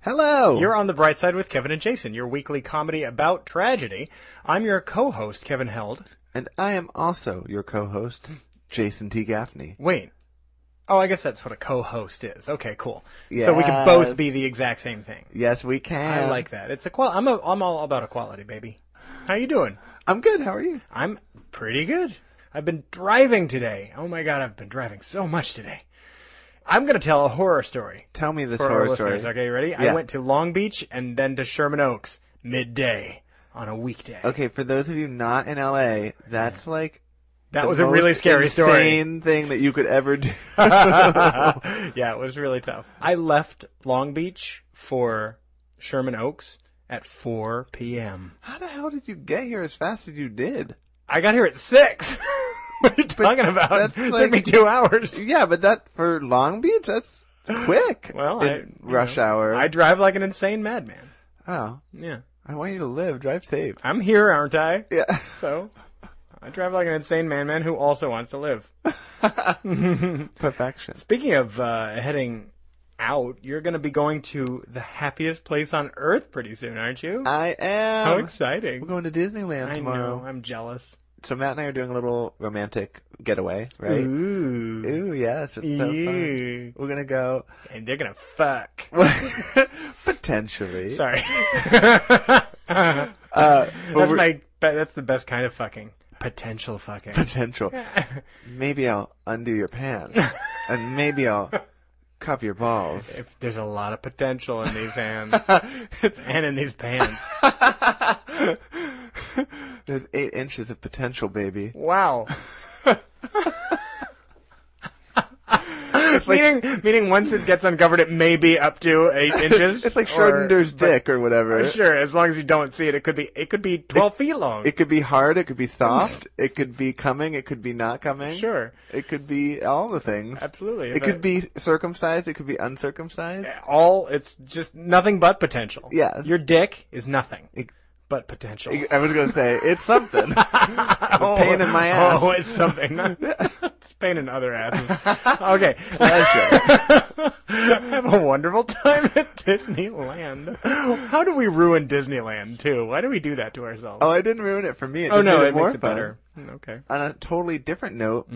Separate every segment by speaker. Speaker 1: Hello.
Speaker 2: You're on the bright side with Kevin and Jason, your weekly comedy about tragedy. I'm your co-host, Kevin Held.
Speaker 1: and I am also your co-host, Jason T. Gaffney.
Speaker 2: Wait. Oh, I guess that's what a co-host is. Okay, cool. So we can both
Speaker 1: Yes.
Speaker 2: be the exact same thing.
Speaker 1: Yes, we can.
Speaker 2: I like that. It's a qual. I'm a, I'm all about equality, baby. How you doing?
Speaker 1: I'm good. How are you?
Speaker 2: I'm pretty good. I've been driving today. Oh my god, I've been driving so much today. I'm gonna tell a horror story
Speaker 1: Tell me this
Speaker 2: for our
Speaker 1: horror story.
Speaker 2: listeners. Okay, you ready?
Speaker 1: Yeah.
Speaker 2: I went to Long Beach and then to Sherman Oaks midday on a weekday.
Speaker 1: Okay, for those of you not in LA, that's like
Speaker 2: That
Speaker 1: the
Speaker 2: was a
Speaker 1: most
Speaker 2: really scary story.
Speaker 1: insane thing that you could ever do.
Speaker 2: yeah, it was really tough. I left Long Beach for Sherman Oaks at 4 p.m.
Speaker 1: How the hell did you get here as fast as you did?
Speaker 2: I got here at 6. what are you talking about?
Speaker 1: that's
Speaker 2: It
Speaker 1: like-
Speaker 2: took me two hours.
Speaker 1: Yeah, but that for Long Beach, that's quick.
Speaker 2: Well,
Speaker 1: in
Speaker 2: I, you
Speaker 1: rush
Speaker 2: know,
Speaker 1: hour.
Speaker 2: I drive like an insane madman.
Speaker 1: oh,
Speaker 2: Yeah.
Speaker 1: I want you to live. Drive safe.
Speaker 2: I'm here, aren't I?
Speaker 1: Yeah.
Speaker 2: So, I drive like an insane madman who also wants to live.
Speaker 1: Perfection.
Speaker 2: Speaking of uh, heading out, you're going to be going to the happiest place on earth pretty soon, aren't you?
Speaker 1: I am.
Speaker 2: How
Speaker 1: We're
Speaker 2: exciting.
Speaker 1: going to Disneyland
Speaker 2: I
Speaker 1: tomorrow.
Speaker 2: know. I'm jealous.
Speaker 1: So Matt and I are doing a little romantic getaway, right?
Speaker 2: Ooh.
Speaker 1: Ooh, yes, it's so fun.
Speaker 2: Ew.
Speaker 1: We're gonna go
Speaker 2: And they're gonna fuck.
Speaker 1: potentially.
Speaker 2: Sorry. that's
Speaker 1: Uh, but we're-
Speaker 2: my. but That's the best kind of fucking. Potential fucking.
Speaker 1: potential. maybe I'll undo your pants, and maybe I'll cup your balls.
Speaker 2: If there's a lot of potential in these hands and in these pants.
Speaker 1: There's eight inches of potential, baby.
Speaker 2: Wow.
Speaker 1: It's like
Speaker 2: meaning, meaning once it gets uncovered, it may be up to eight inches.
Speaker 1: it's like
Speaker 2: or-
Speaker 1: Schrodinger's
Speaker 2: but-
Speaker 1: dick or whatever.
Speaker 2: Sure, as long as you don't see it, it could be it could be twelve feet long.
Speaker 1: It could be hard. It could be soft. It could be coming. It could be not coming.
Speaker 2: sure,
Speaker 1: It could be all the things.
Speaker 2: absolutely.
Speaker 1: It could be circumcised. It could be uncircumcised.
Speaker 2: all. It's just nothing but potential.
Speaker 1: Yes.
Speaker 2: your dick is nothing
Speaker 1: It-
Speaker 2: but potential.
Speaker 1: I was gonna say it's something.
Speaker 2: oh,
Speaker 1: pain in my ass.
Speaker 2: Oh, it's something. it's pain in other asses. Okay.
Speaker 1: Pleasure.
Speaker 2: Have a wonderful time at Disneyland. How do we ruin Disneyland too? Why do we do that to ourselves?
Speaker 1: oh, I didn't ruin it for me. It
Speaker 2: Oh,
Speaker 1: just
Speaker 2: no,
Speaker 1: made it,
Speaker 2: it
Speaker 1: more
Speaker 2: makes it
Speaker 1: fun.
Speaker 2: better. Mm, Okay.
Speaker 1: On a totally different note,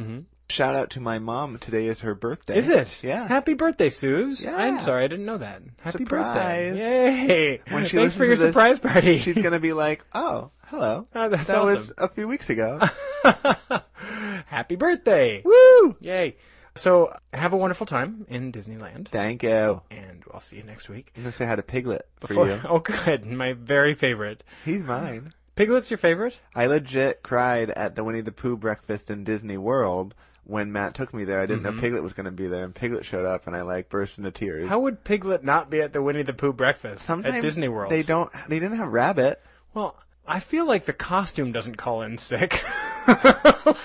Speaker 1: shout out to my mom. Today is her birthday.
Speaker 2: Is it?
Speaker 1: Yeah.
Speaker 2: Happy birthday, Suze.
Speaker 1: Yeah.
Speaker 2: I'm sorry, I didn't know that. Happy
Speaker 1: Surprise.
Speaker 2: birthday. Yay.
Speaker 1: When she listens
Speaker 2: Thanks for
Speaker 1: to
Speaker 2: your
Speaker 1: this,
Speaker 2: surprise party.
Speaker 1: She's gonna be like, "Oh, hello.
Speaker 2: Oh, that's
Speaker 1: that was
Speaker 2: awesome.
Speaker 1: a few weeks ago."
Speaker 2: Happy birthday.
Speaker 1: Woo!
Speaker 2: Yay. So, have a wonderful time in Disneyland.
Speaker 1: Thank you.
Speaker 2: And I'll see you next week.
Speaker 1: I'm gonna say hi to Piglet for you.
Speaker 2: Oh, good. My very favorite.
Speaker 1: He's mine.
Speaker 2: Piglet's your favorite?
Speaker 1: I legit cried at the Winnie the Pooh breakfast in Disney World when Matt took me there. I didn't know Piglet was gonna be there, and Piglet showed up, and I like burst into tears.
Speaker 2: Mm-hmm. How would Piglet not be at the Winnie the Pooh breakfast
Speaker 1: Sometimes
Speaker 2: at Disney World?
Speaker 1: they don't. They didn't have Rabbit.
Speaker 2: Well, I feel like the costume doesn't call in sick.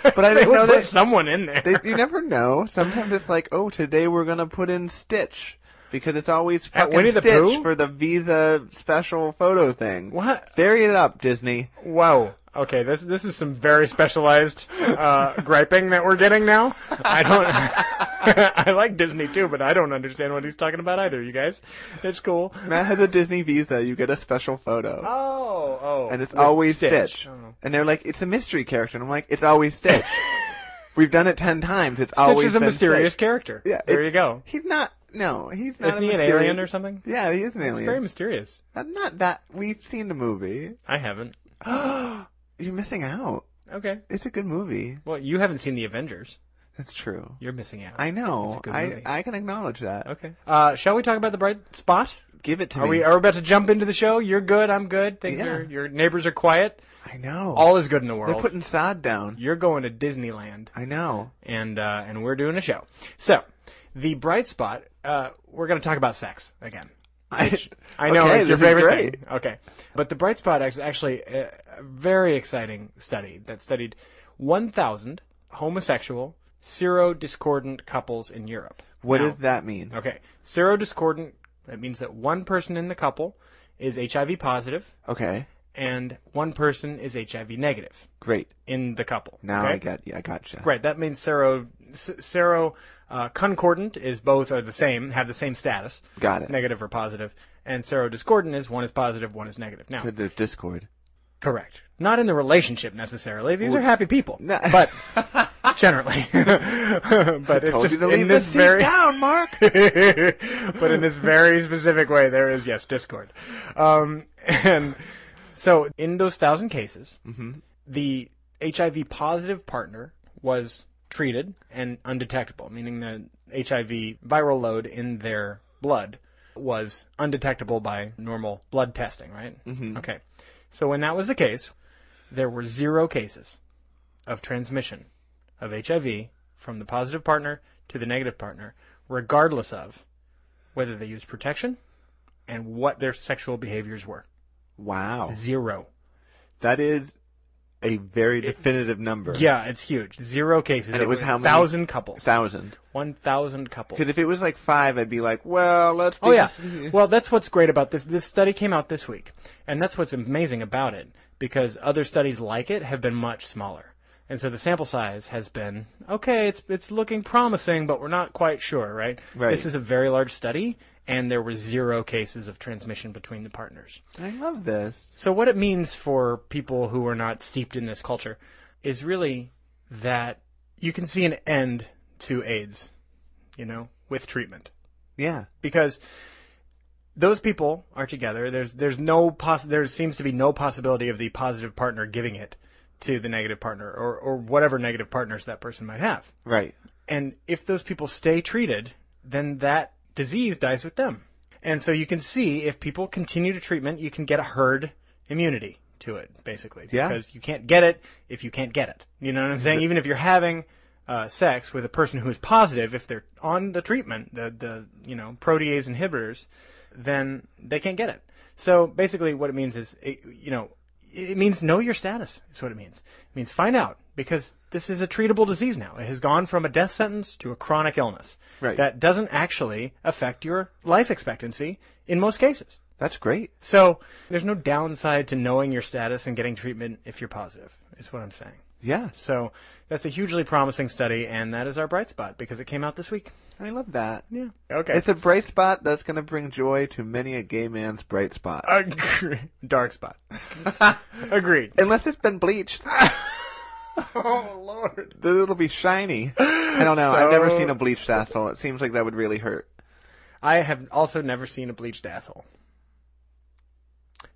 Speaker 1: But I
Speaker 2: they
Speaker 1: didn't
Speaker 2: would
Speaker 1: know
Speaker 2: put
Speaker 1: that-
Speaker 2: someone in there.
Speaker 1: They, you never know. Sometimes it's like, oh, today we're gonna put in Stitch because it's always
Speaker 2: At
Speaker 1: fucking
Speaker 2: Winnie the
Speaker 1: Stitch
Speaker 2: Pooh?
Speaker 1: for the Visa special photo thing.
Speaker 2: What?
Speaker 1: Vary it up, Disney.
Speaker 2: Whoa. Okay, this this is some very specialized uh, griping that we're getting now. I don't. I like Disney too, but I don't understand what he's talking about either. You guys, it's cool.
Speaker 1: Matt has a Disney Visa. You get a special photo,
Speaker 2: Oh, oh.
Speaker 1: and it's
Speaker 2: with
Speaker 1: always Stitch.
Speaker 2: Oh.
Speaker 1: And they're like, it's a mystery character. And I'm like, it's always Stitch. We've done it ten times. It's always
Speaker 2: Stitch is a
Speaker 1: been
Speaker 2: mysterious
Speaker 1: Stitch.
Speaker 2: character.
Speaker 1: Yeah,
Speaker 2: there
Speaker 1: it-
Speaker 2: you go.
Speaker 1: He's not. No, he's not.
Speaker 2: Isn't
Speaker 1: a
Speaker 2: he an
Speaker 1: mysterious-
Speaker 2: alien or something?
Speaker 1: Yeah, he is an
Speaker 2: It's very
Speaker 1: alien.
Speaker 2: mysterious.
Speaker 1: Uh, Not that we've seen the movie.
Speaker 2: I haven't.
Speaker 1: You're missing out.
Speaker 2: Okay.
Speaker 1: It's a good movie.
Speaker 2: Well, you haven't seen the Avengers.
Speaker 1: That's true.
Speaker 2: You're missing out.
Speaker 1: I
Speaker 2: It's a
Speaker 1: know.
Speaker 2: good
Speaker 1: I
Speaker 2: movie.
Speaker 1: I can acknowledge that.
Speaker 2: Okay. Uh, shall we talk about the bright spot?
Speaker 1: Give it to
Speaker 2: Are
Speaker 1: me.
Speaker 2: we are we about to jump into the show? You're good. I'm good. Things
Speaker 1: Yeah.
Speaker 2: are your neighbors are quiet.
Speaker 1: I know.
Speaker 2: All is good in the
Speaker 1: They're
Speaker 2: world.
Speaker 1: putting sod down.
Speaker 2: You're going to Disneyland,
Speaker 1: I know.
Speaker 2: and uh, and we're doing a show. So, the bright spot. Uh, we're going to talk about sex again. I know
Speaker 1: Okay,
Speaker 2: it's your
Speaker 1: this is
Speaker 2: favorite
Speaker 1: great.
Speaker 2: thing. Okay, but the Bright Spot is actually a a very exciting study that studied 1,000 homosexual serodiscordant couples in Europe.
Speaker 1: What
Speaker 2: Now-
Speaker 1: does that mean?
Speaker 2: Okay, serodiscordant that means that one person in the couple is HIV positive
Speaker 1: Okay,
Speaker 2: and one person is HIV negative
Speaker 1: great.
Speaker 2: in the couple.
Speaker 1: Now
Speaker 2: okay?
Speaker 1: I get yeah, I gotcha.
Speaker 2: Right, that means sero, s- sero uh, concordant is both are the same, have the same status,
Speaker 1: Got it.
Speaker 2: negative or positive, and serodiscordant is one is positive, one is negative. Now,
Speaker 1: Good, there's Discord.
Speaker 2: correct. Not in the relationship necessarily. These are happy people,
Speaker 1: No.
Speaker 2: but generally. but it's
Speaker 1: Told
Speaker 2: just
Speaker 1: you to
Speaker 2: in
Speaker 1: leave this
Speaker 2: this
Speaker 1: seat
Speaker 2: very
Speaker 1: down, Mark.
Speaker 2: but in this very specific way, there is yes discord. Um, and so in those thousand cases, the HIV positive partner was treated and undetectable, meaning the HIV viral load in their blood was undetectable by normal blood testing. Right? Mm-hmm. Okay. So when that was the case, there were zero cases of transmission of HIV from the positive partner to the negative partner, regardless of whether they used protection and what their sexual behaviors were.
Speaker 1: Wow,
Speaker 2: Zero.
Speaker 1: that is a very definitive number.
Speaker 2: Yeah, it's huge. Zero cases.
Speaker 1: And it was how many-
Speaker 2: thousand couples.
Speaker 1: thousand.
Speaker 2: One thousand couples.
Speaker 1: Because if it was like five, I'd be like, well, let's.
Speaker 2: Oh
Speaker 1: be-
Speaker 2: yeah. Well, that's what's great about this. This study came out this week, and that's what's amazing about it because other studies like it have been much smaller, and so the sample size has been okay. It's it's looking promising, but we're not quite sure, right?
Speaker 1: Right.
Speaker 2: This is a very large study, and there were zero cases of transmission between the partners.
Speaker 1: I love this.
Speaker 2: So what it means for people who are not steeped in this culture is really that you can see an end to AIDS, you know, with treatment
Speaker 1: Yeah.
Speaker 2: because those people are together. There's there's no poss- there seems to be no possibility of the positive partner giving it to the negative partner or or whatever negative partners that person might have.
Speaker 1: Right.
Speaker 2: And if those people stay treated, then that disease dies with them. And so you can see if people continue to treatment, you can get a herd immunity to it, basically.
Speaker 1: Yeah.
Speaker 2: Because you can't get it if you can't get it. You know what I'm saying? Even if you're having uh, sex with a person who is positive, if they're on the treatment, the, the you know protease inhibitors, then they can't get it. So basically, what it means is, it, you know, it means know your status. Is what it means. It means find out because this is a treatable disease now. It has gone from a death sentence to a chronic illness
Speaker 1: Right.
Speaker 2: that doesn't actually affect your life expectancy in most cases.
Speaker 1: That's great.
Speaker 2: So there's no downside to knowing your status and getting treatment if you're positive. Is what I'm saying.
Speaker 1: Yeah.
Speaker 2: So that's a hugely promising study, and that is our bright spot because it came out this week.
Speaker 1: I love that.
Speaker 2: Yeah. Okay.
Speaker 1: It's a bright spot that's going to bring joy to many a gay man's bright spot.
Speaker 2: Agree- dark spot. Agreed.
Speaker 1: Unless it's been bleached,
Speaker 2: Oh Lord.
Speaker 1: then it'll be shiny. I don't know. I've never seen a bleached asshole. It seems like that would really hurt.
Speaker 2: I have also never seen a bleached asshole.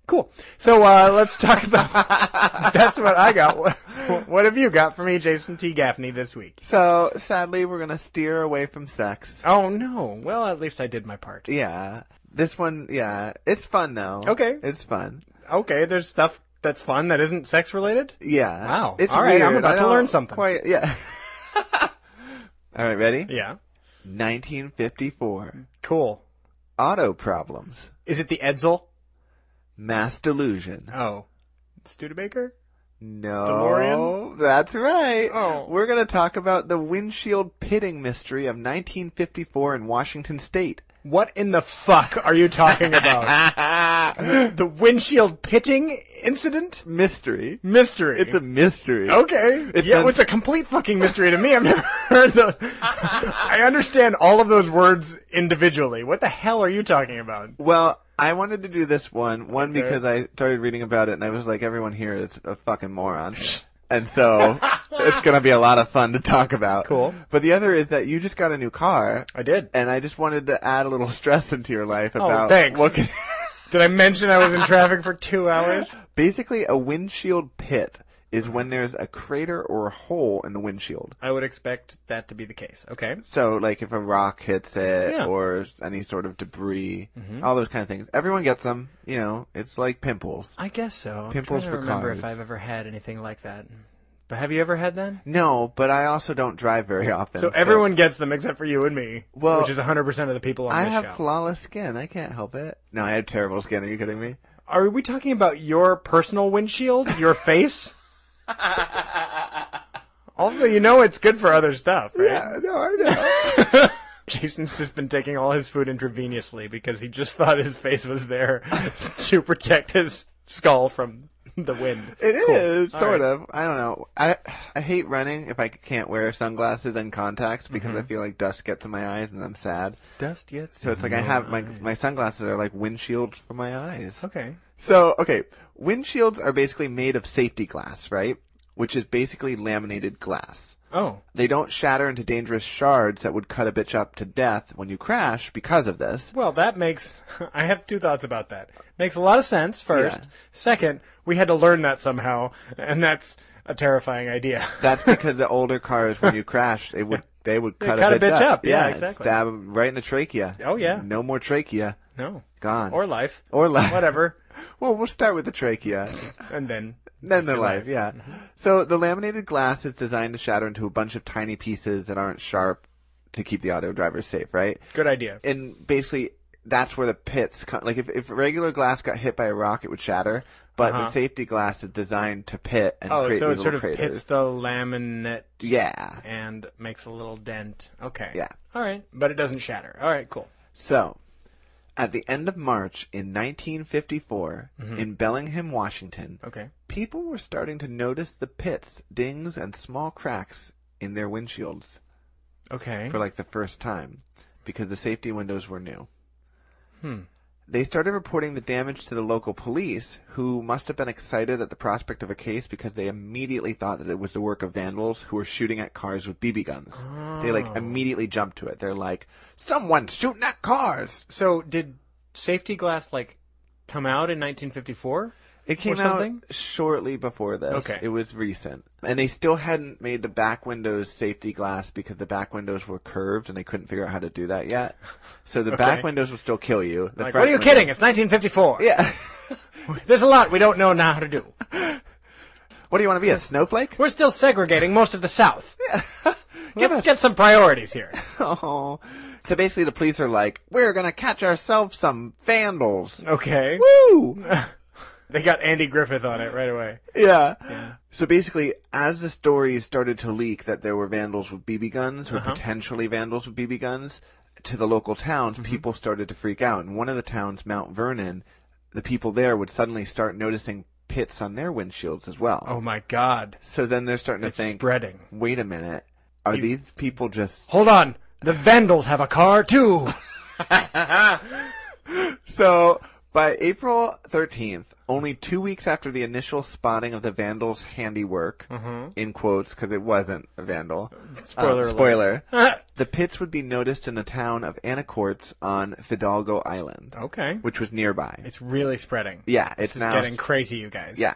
Speaker 2: Cool. So uh, let's talk about. that's what I got. What- What have you got for me, Jason T. Gaffney, this week?
Speaker 1: So sadly, we're going to steer away from sex.
Speaker 2: Oh no. Well, at least I did my part.
Speaker 1: Yeah. This one, yeah, it's fun though.
Speaker 2: Okay.
Speaker 1: it's fun.
Speaker 2: Okay. There's stuff that's fun that isn't sex related.
Speaker 1: Yeah.
Speaker 2: Wow.
Speaker 1: It's
Speaker 2: All right, I'm
Speaker 1: weird.
Speaker 2: about
Speaker 1: I
Speaker 2: to
Speaker 1: don't
Speaker 2: learn something.
Speaker 1: Quite, yeah. All right, ready?
Speaker 2: Yeah.
Speaker 1: 1954.
Speaker 2: Cool.
Speaker 1: Auto problems.
Speaker 2: Is it the Edsel?
Speaker 1: Mass delusion.
Speaker 2: Oh. Studebaker.
Speaker 1: No.
Speaker 2: DeLorean?
Speaker 1: That's right.
Speaker 2: Oh.
Speaker 1: We're going to talk about the windshield pitting mystery of 1954 in Washington State.
Speaker 2: What in the fuck are you talking about? the windshield pitting incident?
Speaker 1: Mystery.
Speaker 2: Mystery.
Speaker 1: It's a mystery.
Speaker 2: Oh, Okay.
Speaker 1: It's
Speaker 2: yeah,
Speaker 1: been-
Speaker 2: well, it's a complete fucking mystery to me. I've never heard those. I understand all of those words individually. What the hell are you talking about?
Speaker 1: Well, I wanted to do this one, one because I started reading about it and I was like, everyone here is a fucking moron. and so it's going to be a lot of fun to talk about.
Speaker 2: Cool.
Speaker 1: But the other is that you just got a new car.
Speaker 2: I did.
Speaker 1: And I just wanted to add a little stress into your life
Speaker 2: Oh,
Speaker 1: about
Speaker 2: thanks.
Speaker 1: what can-
Speaker 2: Did I mention I was in traffic for two hours?
Speaker 1: basically a windshield pit is when there's a crater or a hole in the windshield.
Speaker 2: I would expect that to be the case. Okay.
Speaker 1: So, like if a rock hits it
Speaker 2: Yeah. Mm-hmm.
Speaker 1: or any sort of debris, all those kind of things. Everyone gets them. You know, it's like pimples.
Speaker 2: I guess so. I'm
Speaker 1: Pimples
Speaker 2: trying to
Speaker 1: for
Speaker 2: remember
Speaker 1: cars.
Speaker 2: if I've ever had anything like that. But have you ever had that?
Speaker 1: No, but I also don't drive very often.
Speaker 2: So everyone gets them except for you and me,
Speaker 1: Well,
Speaker 2: which is 100% of the people on
Speaker 1: I
Speaker 2: this
Speaker 1: have
Speaker 2: show.
Speaker 1: flawless skin. I can't help it. No, I have terrible skin. Are you kidding me?
Speaker 2: Are we talking about your personal windshield, your face? also, you know it's good for other stuff, right?
Speaker 1: Uh, no, I know.
Speaker 2: Jason's just been taking all his food intravenously because he just thought his face was there to protect his skull from the wind.
Speaker 1: It is sort of. I don't know. I I hate running if I can't wear sunglasses and contacts because
Speaker 2: Mm-hmm.
Speaker 1: I feel like dust gets in my eyes and I'm sad.
Speaker 2: Dust gets.
Speaker 1: So it's like I have my my sunglasses are like windshields for my eyes.
Speaker 2: Okay.
Speaker 1: So, okay, windshields are basically made of safety glass, right? Which is basically laminated glass.
Speaker 2: Oh.
Speaker 1: They don't shatter into dangerous shards that would cut a bitch up to death when you crash because of this.
Speaker 2: Well, that makes. I have two thoughts about that. Makes a lot of sense, first.
Speaker 1: Yeah.
Speaker 2: Second, we had to learn that somehow, and that's a terrifying idea.
Speaker 1: That's because the older cars, when you crashed, it would they would cut,
Speaker 2: cut
Speaker 1: a, bitch up.
Speaker 2: Yeah,
Speaker 1: it'd
Speaker 2: exactly.
Speaker 1: Stab 'em right in the trachea.
Speaker 2: Oh, yeah.
Speaker 1: No more trachea.
Speaker 2: no.
Speaker 1: Gone.
Speaker 2: Or life.
Speaker 1: or life.
Speaker 2: Whatever.
Speaker 1: Well, we'll start with the trachea.
Speaker 2: And then.
Speaker 1: Then the life, yeah. So the laminated glass is designed to shatter into a bunch of tiny pieces that aren't sharp to keep the auto driver safe, right?
Speaker 2: Good idea.
Speaker 1: and basically that's where the pits come. Like if, if regular glass got hit by a rock, it would shatter. But the safety glass is designed to pit and
Speaker 2: Uh-huh. Oh,
Speaker 1: create
Speaker 2: so
Speaker 1: these
Speaker 2: it sort
Speaker 1: little
Speaker 2: of
Speaker 1: craters.
Speaker 2: pits the laminate
Speaker 1: yeah.
Speaker 2: and makes a little dent. Okay.
Speaker 1: Yeah.
Speaker 2: All right. But it doesn't shatter. All right, cool.
Speaker 1: So at the end of March in 1954
Speaker 2: Mm-hmm.
Speaker 1: in Bellingham, Washington,
Speaker 2: Okay.
Speaker 1: people were starting to notice the pits, dings, and small cracks in their windshields
Speaker 2: Okay.
Speaker 1: for like the first time because the safety windows were new.
Speaker 2: Hmm.
Speaker 1: They started reporting the damage to the local police, who must have been excited at the prospect of a case because they immediately thought that it was the work of vandals who were shooting at cars with BB guns. They
Speaker 2: Oh.
Speaker 1: like immediately jumped to it. They're like, "Someone's shooting at cars!"
Speaker 2: So did safety glass like come out in 1954?
Speaker 1: It came
Speaker 2: Or
Speaker 1: out
Speaker 2: something?
Speaker 1: shortly before this.
Speaker 2: Okay.
Speaker 1: It was recent. And they still hadn't made the back windows safety glass because the back windows were curved and they couldn't figure out how to do that yet. So the back windows will still kill you. The
Speaker 2: Like,
Speaker 1: front
Speaker 2: what are you
Speaker 1: window-
Speaker 2: kidding? It's 1954.
Speaker 1: Yeah.
Speaker 2: There's a lot we don't know now how to do.
Speaker 1: what do you want to be, a snowflake?
Speaker 2: We're still segregating most of the South.
Speaker 1: Give
Speaker 2: Let's
Speaker 1: us.
Speaker 2: get some priorities here.
Speaker 1: Oh. So basically the police are like, we're going to catch ourselves some vandals.
Speaker 2: Okay.
Speaker 1: Woo!
Speaker 2: They got Andy Griffith on it right away.
Speaker 1: yeah. So basically, as the stories started to leak that there were vandals with BB guns, or potentially vandals with BB guns, to the local towns, people started to freak out. In one of the towns, Mount Vernon, the people there would suddenly start noticing pits on their windshields as well.
Speaker 2: Oh my God.
Speaker 1: So then they're starting to
Speaker 2: It's
Speaker 1: think,
Speaker 2: spreading.
Speaker 1: wait a minute, are these people just
Speaker 2: Hold on. The Vandals have a car too.
Speaker 1: So by April 13th, only two weeks after the initial spotting of the vandal's handiwork, in quotes, because it wasn't a vandal.
Speaker 2: Mm-hmm. Uh, Spoiler
Speaker 1: um,
Speaker 2: alert.
Speaker 1: spoiler. the pits would be noticed in the town of Anacortes on Fidalgo Island,
Speaker 2: okay.
Speaker 1: which was nearby.
Speaker 2: It's really spreading.
Speaker 1: yeah, it's
Speaker 2: This is
Speaker 1: now
Speaker 2: getting crazy, you guys.
Speaker 1: yeah.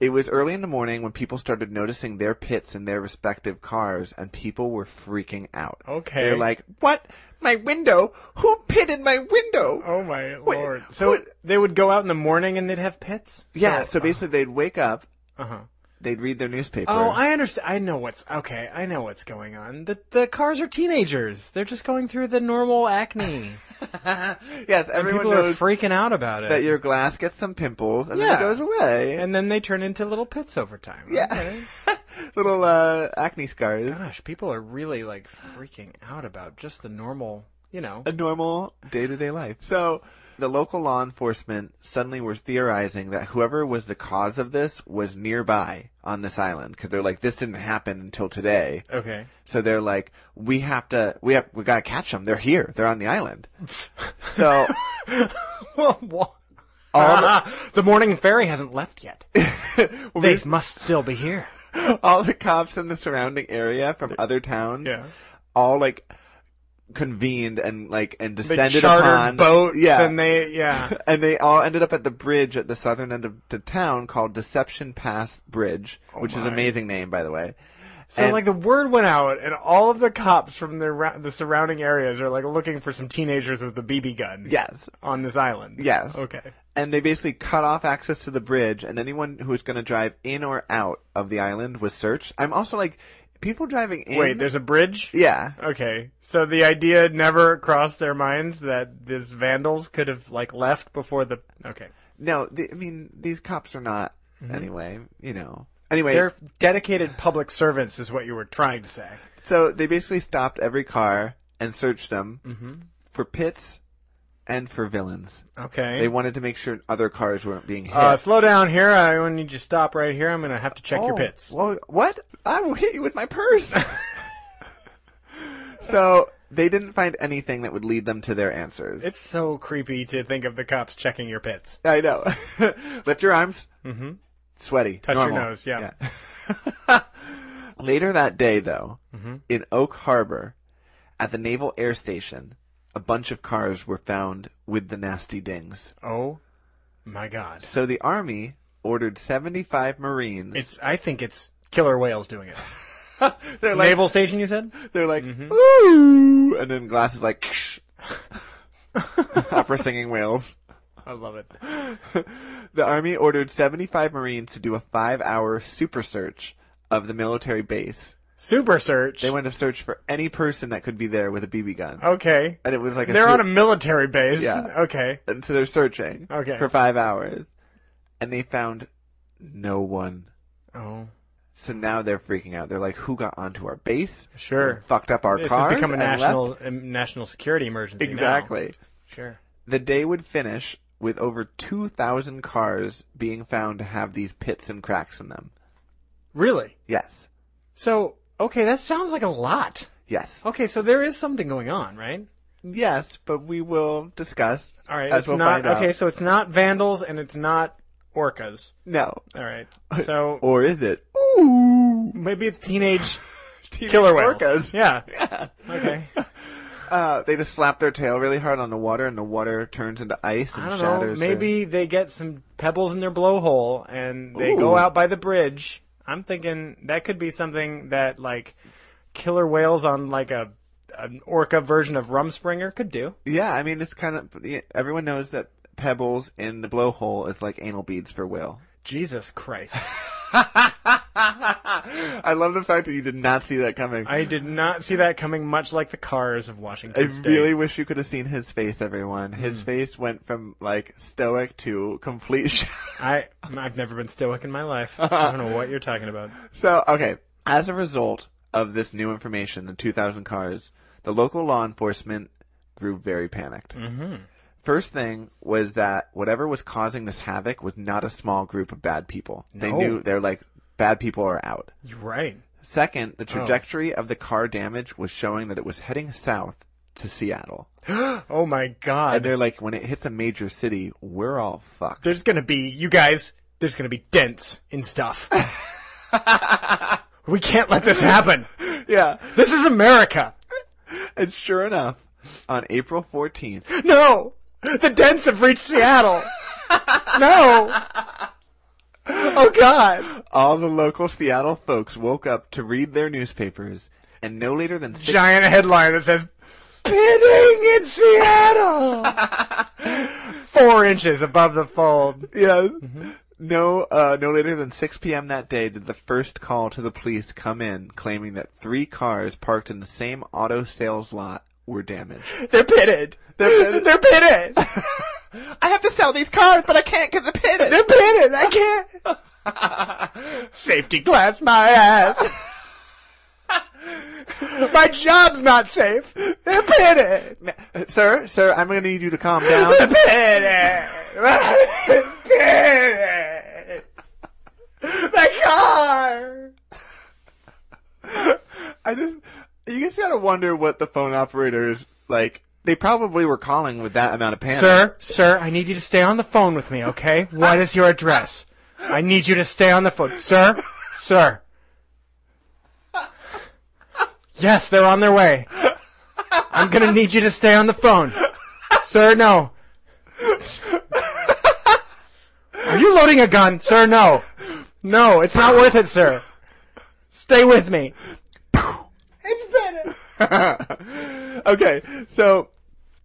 Speaker 1: It was early in the morning when people started noticing their pits in their respective cars, and people were freaking out.
Speaker 2: Okay.
Speaker 1: They're like, what? My window? Who pitted my window?
Speaker 2: Oh my lord.
Speaker 1: what-
Speaker 2: So they would go out in the morning and they'd have pits?
Speaker 1: Yeah, so basically they'd wake up,
Speaker 2: Uh huh.
Speaker 1: they'd read their newspaper.
Speaker 2: Oh, I understand. I know what's okay. I know what's going on. The the cars are teenagers. They're just going through the normal acne.
Speaker 1: yes, everyone
Speaker 2: People are
Speaker 1: knows
Speaker 2: freaking out about it.
Speaker 1: that your glass gets some pimples and then
Speaker 2: Yeah.
Speaker 1: it goes away.
Speaker 2: and then they turn into little pits over time.
Speaker 1: yeah.
Speaker 2: Okay.
Speaker 1: Little uh, acne scars.
Speaker 2: Gosh, people are really like freaking out about just the normal, you know.
Speaker 1: A normal day to day life. So the local law enforcement suddenly were theorizing that whoever was the cause of this was nearby on this island because they're like, this didn't happen until today.
Speaker 2: Okay.
Speaker 1: So they're like, we have to, we have, we gotta catch them. They're here. They're on the island. so
Speaker 2: All
Speaker 1: all the-
Speaker 2: the-, morning fairy hasn't left yet. they
Speaker 1: we-
Speaker 2: must still be here.
Speaker 1: all the cops in the surrounding area from other towns,
Speaker 2: Yeah.
Speaker 1: all like convened and like and
Speaker 2: They
Speaker 1: descended
Speaker 2: chartered
Speaker 1: upon
Speaker 2: boats
Speaker 1: yeah,
Speaker 2: and they yeah.
Speaker 1: and they all ended up at the bridge at the
Speaker 2: Oh
Speaker 1: southern end of the town called Deception Pass Bridge, which is an amazing name by the way.
Speaker 2: So
Speaker 1: And-
Speaker 2: like the word went out, and all of the cops from the ra- the surrounding areas are like looking for some teenagers with a BB gun.
Speaker 1: Yes.
Speaker 2: On this island.
Speaker 1: Yes.
Speaker 2: Okay.
Speaker 1: And they basically cut off access to the bridge, and anyone who was going to drive in or out of the island was searched. I'm also like, people driving in.
Speaker 2: Wait, there's a bridge.
Speaker 1: Yeah.
Speaker 2: Okay, so the idea never crossed their minds that these vandals could have like left before the. Okay,
Speaker 1: No, the, I mean, these cops are not, anyway, you know. Anyway,
Speaker 2: Mm-hmm. they're dedicated public servants, is what you were trying to say.
Speaker 1: so they basically stopped every car and searched them
Speaker 2: Mm-hmm.
Speaker 1: for pits and for villains.
Speaker 2: Okay.
Speaker 1: They wanted to make sure other cars weren't being hit.
Speaker 2: uh, slow down here. I need you to stop right here. I'm gonna have to check your
Speaker 1: Oh,
Speaker 2: pits.
Speaker 1: Well, what? I will hit you with my purse. so they didn't find anything that would lead them to their answers.
Speaker 2: It's so creepy to think of the cops checking your pits.
Speaker 1: I know. Lift your arms. Mm-hmm. Sweaty.
Speaker 2: Touch your
Speaker 1: normal.
Speaker 2: nose, yeah.
Speaker 1: Yeah. Later that day, though,
Speaker 2: Mm-hmm.
Speaker 1: in Oak Harbor, at the Naval Air Station, a bunch of cars were found with the nasty dings.
Speaker 2: Oh my god!
Speaker 1: So the Army ordered 75 Marines.
Speaker 2: It's. I think it's killer whales doing it.
Speaker 1: they're like,
Speaker 2: Naval Mm-hmm. station, you said?
Speaker 1: they're like, ooh, and then glasses like, ksh. opera singing whales.
Speaker 2: I love it.
Speaker 1: the army ordered 75 marines to do a five-hour super search of the military base.
Speaker 2: Super search.
Speaker 1: They went to search for any person that could be there with a BB gun,
Speaker 2: okay.
Speaker 1: and it was like a
Speaker 2: They're
Speaker 1: su-
Speaker 2: on a military base.
Speaker 1: Yeah.
Speaker 2: Okay.
Speaker 1: and so they're searching
Speaker 2: Okay.
Speaker 1: for five hours, and they found no one.
Speaker 2: Oh.
Speaker 1: So now they're freaking out. They're like, "Who got onto our base?
Speaker 2: Sure.
Speaker 1: Fucked up our
Speaker 2: This
Speaker 1: cars
Speaker 2: has become a
Speaker 1: and left?"
Speaker 2: national a national security emergency. now.
Speaker 1: Exactly.
Speaker 2: Sure.
Speaker 1: The day would finish with over 2,000 cars being found to have these pits and cracks in them.
Speaker 2: Really?
Speaker 1: Yes.
Speaker 2: So okay, that sounds like a lot.
Speaker 1: Yes.
Speaker 2: Okay, so there is something going on, right?
Speaker 1: Yes, but we will discuss.
Speaker 2: All right.
Speaker 1: as
Speaker 2: it's
Speaker 1: we'll
Speaker 2: not
Speaker 1: find out.
Speaker 2: okay. So it's not vandals and it's not orcas.
Speaker 1: No.
Speaker 2: All right. So
Speaker 1: Or is it? Ooh.
Speaker 2: maybe it's teenage
Speaker 1: Teenage
Speaker 2: killer whales.
Speaker 1: orcas.
Speaker 2: Yeah. Okay.
Speaker 1: Uh, they just slap their tail really hard on the water, and the water turns into ice and
Speaker 2: I don't know.
Speaker 1: shatters. their-
Speaker 2: Maybe they get some pebbles in their blowhole and they
Speaker 1: Ooh.
Speaker 2: go out by the bridge. I'm thinking that could be something that like killer whales on like a an orca version of Rumspringer could do.
Speaker 1: Yeah, I mean, it's kind of. yeah, Everyone knows that pebbles in the blowhole is like anal beads for Will.
Speaker 2: Jesus Christ.
Speaker 1: I love the fact that you did not see that coming.
Speaker 2: I did not see that coming much like the cars of
Speaker 1: I
Speaker 2: Washington State.
Speaker 1: really wish you could have seen his face, everyone. His
Speaker 2: Hmm.
Speaker 1: face went from like stoic to complete. shock.
Speaker 2: I I've never been stoic in my life. I don't know what you're talking about.
Speaker 1: So, okay, as a result of this new information in 2,000 cars, the local law enforcement grew very panicked. Mm-hmm. First thing was that whatever was causing this havoc was not a small group of bad people. They
Speaker 2: No.
Speaker 1: knew they're like, bad people are out.
Speaker 2: You're right.
Speaker 1: Second, the trajectory of the car damage was showing that it was heading south to Seattle.
Speaker 2: Oh my
Speaker 1: And
Speaker 2: god.
Speaker 1: they're like, when it hits a major city, we're all fucked.
Speaker 2: there's gonna be you guys there's gonna be dents in stuff we can't let this happen
Speaker 1: yeah.
Speaker 2: this is america
Speaker 1: And sure enough, on April 14th,
Speaker 2: no the dents have reached seattle no oh god
Speaker 1: All the local Seattle folks woke up to read their newspapers, and no later than six,
Speaker 2: giant headline that says pitting in seattle four inches above the fold
Speaker 1: yeah, no, uh, no later than six p.m. that day did the first call to the police come in, claiming that three cars parked in the same auto sales lot were damaged.
Speaker 2: they're pitted
Speaker 1: They're pitted.
Speaker 2: they're pitted
Speaker 1: I have to sell these cars, but I can't get the pit.
Speaker 2: they're pitted i can't safety glass my ass My job's not safe. They're pitted.
Speaker 1: Sir, sir, I'm going to need you to calm down.
Speaker 2: They're pitted. pitted. My car.
Speaker 1: I just, you just gotta wonder what the phone operators like. They probably were calling with that amount of panic.
Speaker 2: Sir, sir, I need you to stay on the phone with me, okay? What is your address? I need you to stay on the phone. Sir, sir. Yes, they're on their way. I'm gonna need you to stay on the phone. Sir, no. Are you loading a gun? Sir, no. No, it's not worth it, sir. Stay with me.
Speaker 1: okay, so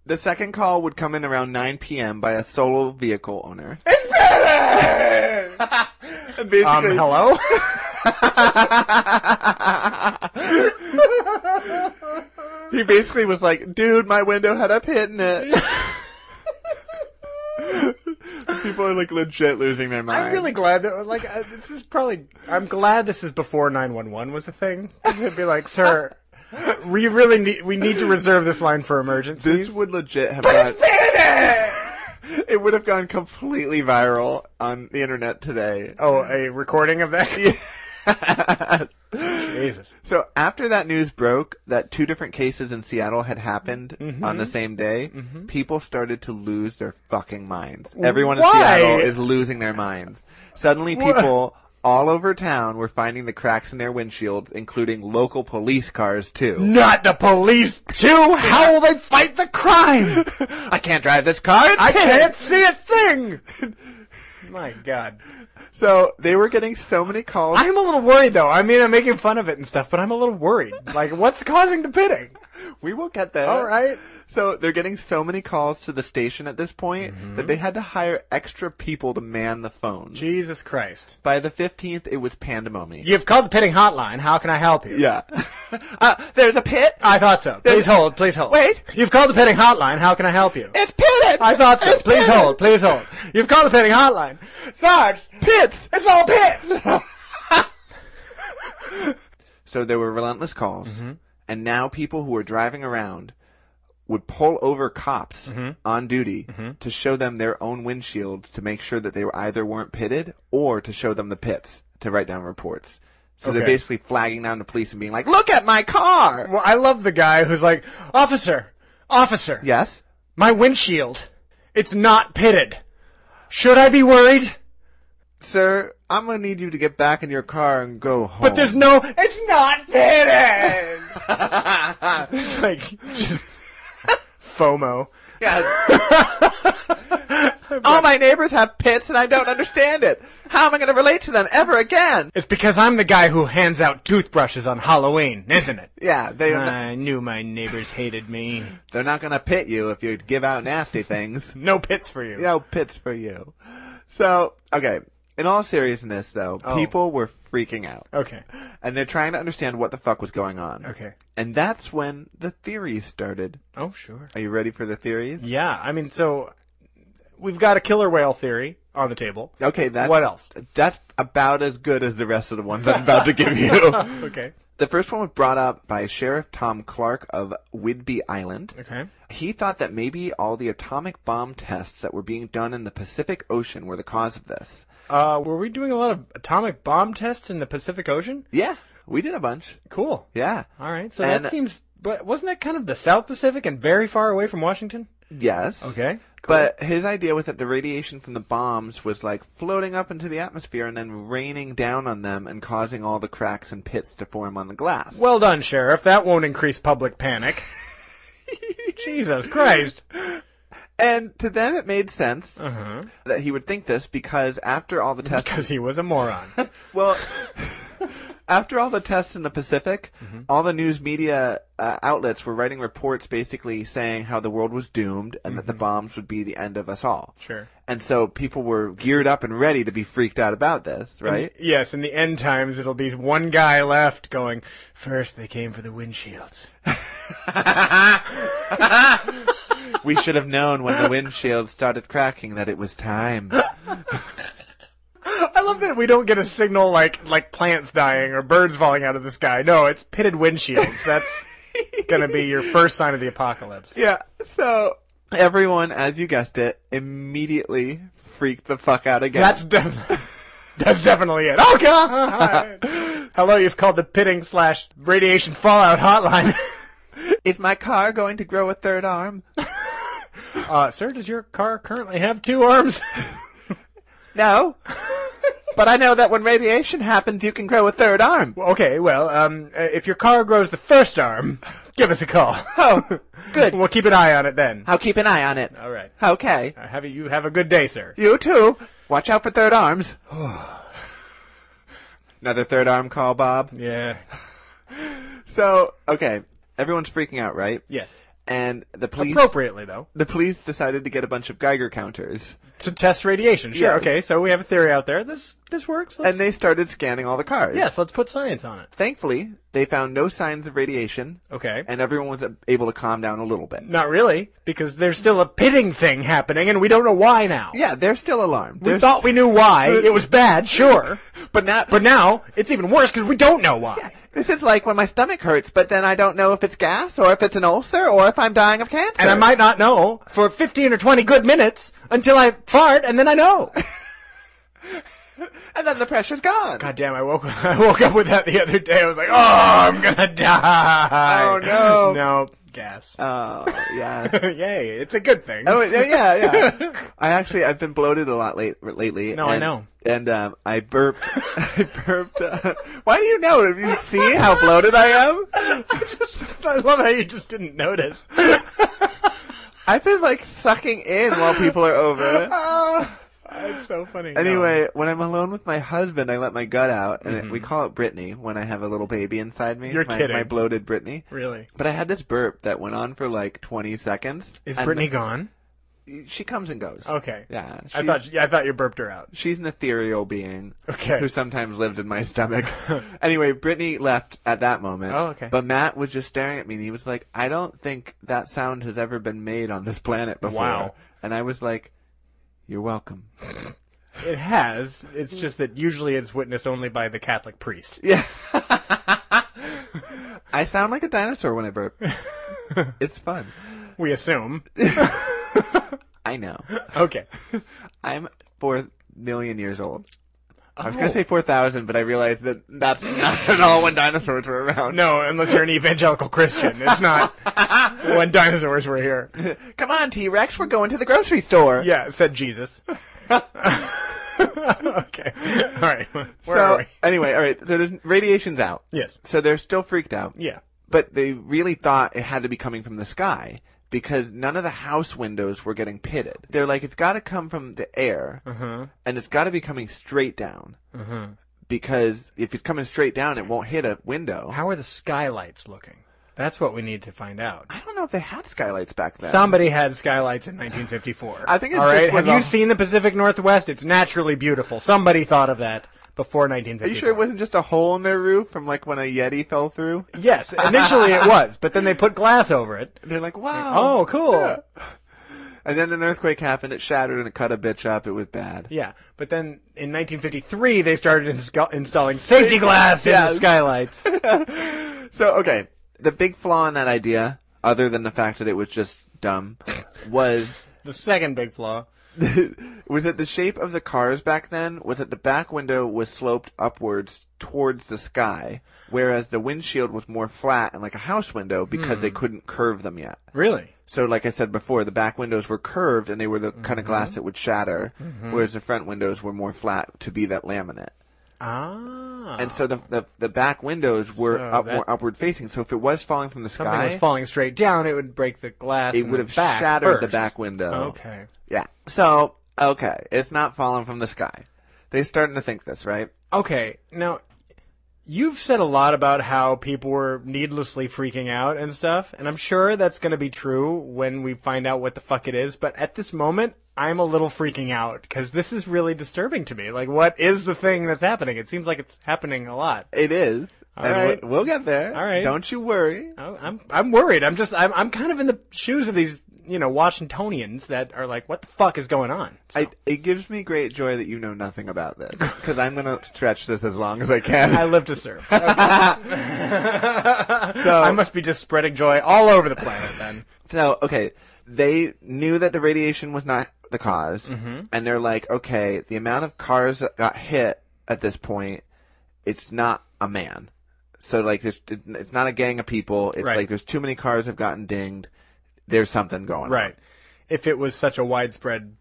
Speaker 1: the second call would come in around 9 p.m. by a solo vehicle owner. It's better! basically,
Speaker 2: Um, hello?
Speaker 1: he basically was like, dude, my window had up hitting it. People are like legit losing their mind.
Speaker 2: I'm really glad that, like, uh, this is probably, I'm glad this is before 911 was a thing. It'd be like, sir, we really need, we need to reserve this line for emergencies.
Speaker 1: This would legit have gone. it would have gone completely viral on the internet today.
Speaker 2: oh, a recording of that? Jesus.
Speaker 1: So after that news broke that two different cases in Seattle had happened
Speaker 2: Mm-hmm.
Speaker 1: on the same day, people started to lose their fucking minds. Everyone
Speaker 2: Why?
Speaker 1: in Seattle is losing their minds. Suddenly people all over town were finding the cracks in their windshields, including local police cars too.
Speaker 2: Not the police, too! How will they fight the crime?
Speaker 1: I can't drive this car.
Speaker 2: I can't see a thing! My god.
Speaker 1: So they were getting so many calls.
Speaker 2: I'm a little worried though. I mean, I'm making fun of it and stuff, but I'm a little worried. Like, what's causing the pitting?
Speaker 1: we will get there.
Speaker 2: All right.
Speaker 1: So they're getting so many calls to the station at this point that
Speaker 2: Mm-hmm.
Speaker 1: they had to hire extra people to man the phones.
Speaker 2: Jesus Christ.
Speaker 1: By the 15th, it was pandemonium.
Speaker 2: You've called the pitting hotline. How can I help you?
Speaker 1: Yeah. uh, there's a pit.
Speaker 2: I thought so. Please hold. Please hold.
Speaker 1: Wait.
Speaker 2: You've called the pitting hotline. How can I help you?
Speaker 1: It's pitted.
Speaker 2: I thought so.
Speaker 1: It's
Speaker 2: Please
Speaker 1: pitted.
Speaker 2: hold. Please hold. You've called the pitting hotline. Sarge,
Speaker 1: Pits.
Speaker 2: it's all pits.
Speaker 1: So there were relentless calls.
Speaker 2: Mm-hmm.
Speaker 1: And now people who were driving around would pull over cops
Speaker 2: Mm-hmm.
Speaker 1: on duty to show them their own windshields to make sure that they were either weren't pitted or to show them the pits to write down reports. So they're
Speaker 2: Okay.
Speaker 1: basically flagging down the police and being like, look at my car.
Speaker 2: well, I love the guy who's like, officer, officer,
Speaker 1: Yes.
Speaker 2: my windshield, it's not pitted. Should I be worried?
Speaker 1: Sir, I'm going to need you to get back in your car and go home.
Speaker 2: But there's no. It's not pitted. it's like just FOMO.
Speaker 1: All my neighbors have pits and I don't understand it. How am I going to relate to them ever again?
Speaker 2: It's because I'm the guy who hands out toothbrushes on Halloween, isn't it?
Speaker 1: Yeah, they,
Speaker 2: I knew my neighbors hated me.
Speaker 1: they're not going to pit you if you give out nasty things.
Speaker 2: No pits for you.
Speaker 1: No pits for you. So, okay. In all seriousness, though,
Speaker 2: Oh.
Speaker 1: people were freaking out.
Speaker 2: Okay.
Speaker 1: And they're trying to understand what the fuck was going on.
Speaker 2: Okay.
Speaker 1: And that's when the theories started.
Speaker 2: Oh sure.
Speaker 1: Are you ready for the theories?
Speaker 2: Yeah. I mean, so we've got a killer whale theory on the table.
Speaker 1: Okay, that's,
Speaker 2: What else?
Speaker 1: That's about as good as the rest of the ones I'm about to give you.
Speaker 2: Okay.
Speaker 1: The first one was brought up by Sheriff Tom Clark of Whidbey Island.
Speaker 2: Okay.
Speaker 1: He thought that maybe all the atomic bomb tests that were being done in the Pacific Ocean were the cause of this.
Speaker 2: Uh, were we doing a lot of atomic bomb tests in the Pacific Ocean?
Speaker 1: Yeah, we did a bunch.
Speaker 2: Cool.
Speaker 1: Yeah.
Speaker 2: All right, so
Speaker 1: And-
Speaker 2: that seems. But wasn't that kind of the South Pacific and very far away from Washington?
Speaker 1: Yes.
Speaker 2: Okay.
Speaker 1: But his idea was that the radiation from the bombs was like floating up into the atmosphere and then raining down on them and causing all the cracks and pits to form on the glass.
Speaker 2: Well done, Sheriff. That won't increase public panic. Jesus Christ.
Speaker 1: and to them, it made sense
Speaker 2: Uh huh.
Speaker 1: that he would think this because after all the tests
Speaker 2: Because he was a moron.
Speaker 1: Well, after all the tests in the Pacific,
Speaker 2: Mm-hmm.
Speaker 1: all the news media uh, outlets were writing reports basically saying how the world was doomed and that
Speaker 2: Mm-hmm.
Speaker 1: the bombs would be the end of us all.
Speaker 2: Sure.
Speaker 1: And so people were geared up and ready to be freaked out about this, right?
Speaker 2: Yes, in the end times, it'll be one guy left going, First, they came for the windshields.
Speaker 1: we should have known when the windshield started cracking that it was time.
Speaker 2: Oh, I love that we don't get a signal like like plants dying or birds falling out of the sky. No, it's pitted windshields. That's going to be your first sign of the apocalypse.
Speaker 1: yeah. So everyone, as you guessed it, immediately freaked the fuck out again.
Speaker 2: That's definitely that's definitely it. Oh god! Hello, you've called the pitting slash radiation fallout hotline.
Speaker 1: Is my car going to grow a third arm?
Speaker 2: Uh, sir, does your car currently have two arms?
Speaker 1: No. but I know that when radiation happens, you can grow a third arm.
Speaker 2: okay, well, um, uh, if your car grows the first arm, give us a call.
Speaker 1: Oh, good.
Speaker 2: We'll keep an eye on it then.
Speaker 1: I'll keep an eye on it.
Speaker 2: All right.
Speaker 1: Okay.
Speaker 2: Uh, have a- you have a good day, sir.
Speaker 1: You too. Watch out for third arms. Another third arm call, Bob.
Speaker 2: Yeah.
Speaker 1: So, okay, everyone's freaking out, right?
Speaker 2: Yes.
Speaker 1: And the police,
Speaker 2: Appropriately though,
Speaker 1: the police decided to get a bunch of Geiger counters,
Speaker 2: to test radiation. Sure.
Speaker 1: Yeah.
Speaker 2: Okay. So we have a theory out there. This this works. Let's,
Speaker 1: and they started scanning all the cars.
Speaker 2: yes, let's put science on it.
Speaker 1: Thankfully, they found no signs of radiation,
Speaker 2: Okay.
Speaker 1: and everyone was able to calm down a little bit.
Speaker 2: Not really, because there's still a pitting thing happening, and we don't know why now.
Speaker 1: Yeah, they're still alarmed.
Speaker 2: We thought we knew why. It was bad, sure.
Speaker 1: but not.
Speaker 2: But now, it's even worse because we don't know why.
Speaker 1: this is like when my stomach hurts, but then I don't know if it's gas or if it's an ulcer or if I'm dying of cancer.
Speaker 2: And I might not know for 15 or 20 good minutes until I fart, and then I know.
Speaker 1: and then the pressure's gone.
Speaker 2: God damn, I woke, I woke up with that the other day. I was like, oh, I'm gonna die.
Speaker 1: Oh, no.
Speaker 2: No, gas.
Speaker 1: Oh yeah.
Speaker 2: Yay, it's a good thing.
Speaker 1: Oh yeah, yeah, yeah. I actually I've been bloated a lot late, lately.
Speaker 2: No, I
Speaker 1: and-
Speaker 2: know.
Speaker 1: And um, I burped. I burped. Uh, why do you know? Have you seen how bloated I am?
Speaker 2: I love how you just didn't notice.
Speaker 1: I've been like sucking in while people are over.
Speaker 2: It's so funny.
Speaker 1: Anyway, when I'm alone with my husband, I let my gut out, and it, we call it Brittany when I have a little baby inside me.
Speaker 2: Mm-hmm. You're
Speaker 1: my,
Speaker 2: kidding.
Speaker 1: My bloated Brittany.
Speaker 2: No. really.
Speaker 1: But I had this burp that went on for like 20 seconds.
Speaker 2: Is
Speaker 1: and
Speaker 2: Brittany gone?
Speaker 1: She comes and goes.
Speaker 2: Okay.
Speaker 1: Yeah.
Speaker 2: I
Speaker 1: she's-
Speaker 2: thought yeah, I thought you burped her out.
Speaker 1: She's an ethereal being.
Speaker 2: Okay.
Speaker 1: Who sometimes lives in my stomach. anyway, Brittany left at that moment.
Speaker 2: Oh, okay.
Speaker 1: But Matt was just staring at me and he was like, I don't think that sound has ever been made on this planet before.
Speaker 2: Wow.
Speaker 1: And I was like, You're welcome.
Speaker 2: It has. It's just that usually it's witnessed only by the Catholic priest.
Speaker 1: Yeah. I sound like a dinosaur when I burp. it's fun.
Speaker 2: We assume.
Speaker 1: I know.
Speaker 2: Okay.
Speaker 1: I'm four million years old. I was
Speaker 2: Oh.
Speaker 1: gonna say four thousand, but I realized that that's not at all when dinosaurs were around.
Speaker 2: No, unless you're an evangelical Christian. It's not when dinosaurs were here.
Speaker 1: Come on, T Rex, we're going to the grocery store.
Speaker 2: Yeah, said Jesus. okay. All right. Where
Speaker 1: So
Speaker 2: are we?
Speaker 1: anyway, all right. So there's- radiation's out.
Speaker 2: Yes.
Speaker 1: So they're still freaked out.
Speaker 2: Yeah.
Speaker 1: But they really thought it had to be coming from the sky because none of the house windows were getting pitted. They're like, it's got to come from the air,
Speaker 2: Uh-huh.
Speaker 1: and it's got to be coming straight down. Because if it's coming straight down, it won't hit a window.
Speaker 2: How are the skylights looking? That's what we need to find out.
Speaker 1: I don't know if they had skylights back then.
Speaker 2: Somebody had skylights in 1954.
Speaker 1: I think it
Speaker 2: All right.
Speaker 1: just was
Speaker 2: Have you
Speaker 1: a-
Speaker 2: seen the Pacific Northwest? It's naturally beautiful. Somebody thought of that before
Speaker 1: Are
Speaker 2: 1954.
Speaker 1: you sure it wasn't just a hole in their roof from like when a Yeti fell through?
Speaker 2: Yes, initially it was, but then they put glass over it.
Speaker 1: They're like, wow.
Speaker 2: Oh, cool. Yeah.
Speaker 1: And then an earthquake happened. It shattered and it cut a bitch up. It was bad.
Speaker 2: But then in 1953, they started insca- installing safety glass in
Speaker 1: Yeah.
Speaker 2: the skylights.
Speaker 1: So, okay. The big flaw in that idea, other than the fact that it was just dumb, was,
Speaker 2: the second big flaw.
Speaker 1: was that the shape of the cars back then was that the back window was sloped upwards towards the sky, whereas the windshield was more flat and like a house window because they
Speaker 2: Hmm.
Speaker 1: couldn't curve them yet.
Speaker 2: Really?
Speaker 1: So, like I said before, the back windows were curved and they were the kind of
Speaker 2: Mm-hmm.
Speaker 1: glass that would shatter, whereas the front windows were more flat to be that laminate.
Speaker 2: Ah.
Speaker 1: And so the the, the back windows were
Speaker 2: So
Speaker 1: up
Speaker 2: that-
Speaker 1: more upward facing. So if it was falling from the
Speaker 2: something was
Speaker 1: sky,
Speaker 2: falling straight down. It would break the glass.
Speaker 1: it
Speaker 2: in
Speaker 1: would
Speaker 2: the
Speaker 1: have
Speaker 2: back
Speaker 1: shattered the
Speaker 2: first. Oh,
Speaker 1: back window.
Speaker 2: Okay.
Speaker 1: Yeah. So okay, it's not falling from the sky. They're starting to think this, right?
Speaker 2: Okay. Now, you've said a lot about how people were needlessly freaking out and stuff, and I'm sure that's going to be true when we find out what the fuck it is, but at this moment, I'm a little freaking out because this is really disturbing to me. Like, what is the thing that's happening? It seems like it's happening a lot.
Speaker 1: It is. and
Speaker 2: right.
Speaker 1: we- we'll get there.
Speaker 2: All right.
Speaker 1: Don't you worry.
Speaker 2: I- I'm I'm worried. I'm just I'm I'm kind of in the shoes of these you know Washingtonians that are like, what the fuck is going on?
Speaker 1: I, it gives me great joy that you know nothing about this because I'm going to stretch this as long as I can.
Speaker 2: I live to serve. Okay. I must be just spreading joy all over the planet then.
Speaker 1: So, okay, they knew that the radiation was not the because
Speaker 2: Mm-hmm.
Speaker 1: and they're like, okay, the amount of cars that got hit at this point, it's not a man. So, like, there's, it- it's not a gang of people. It's
Speaker 2: Right.
Speaker 1: like there's too many cars have gotten dinged. There's something going on.
Speaker 2: Right. If it was such a widespread,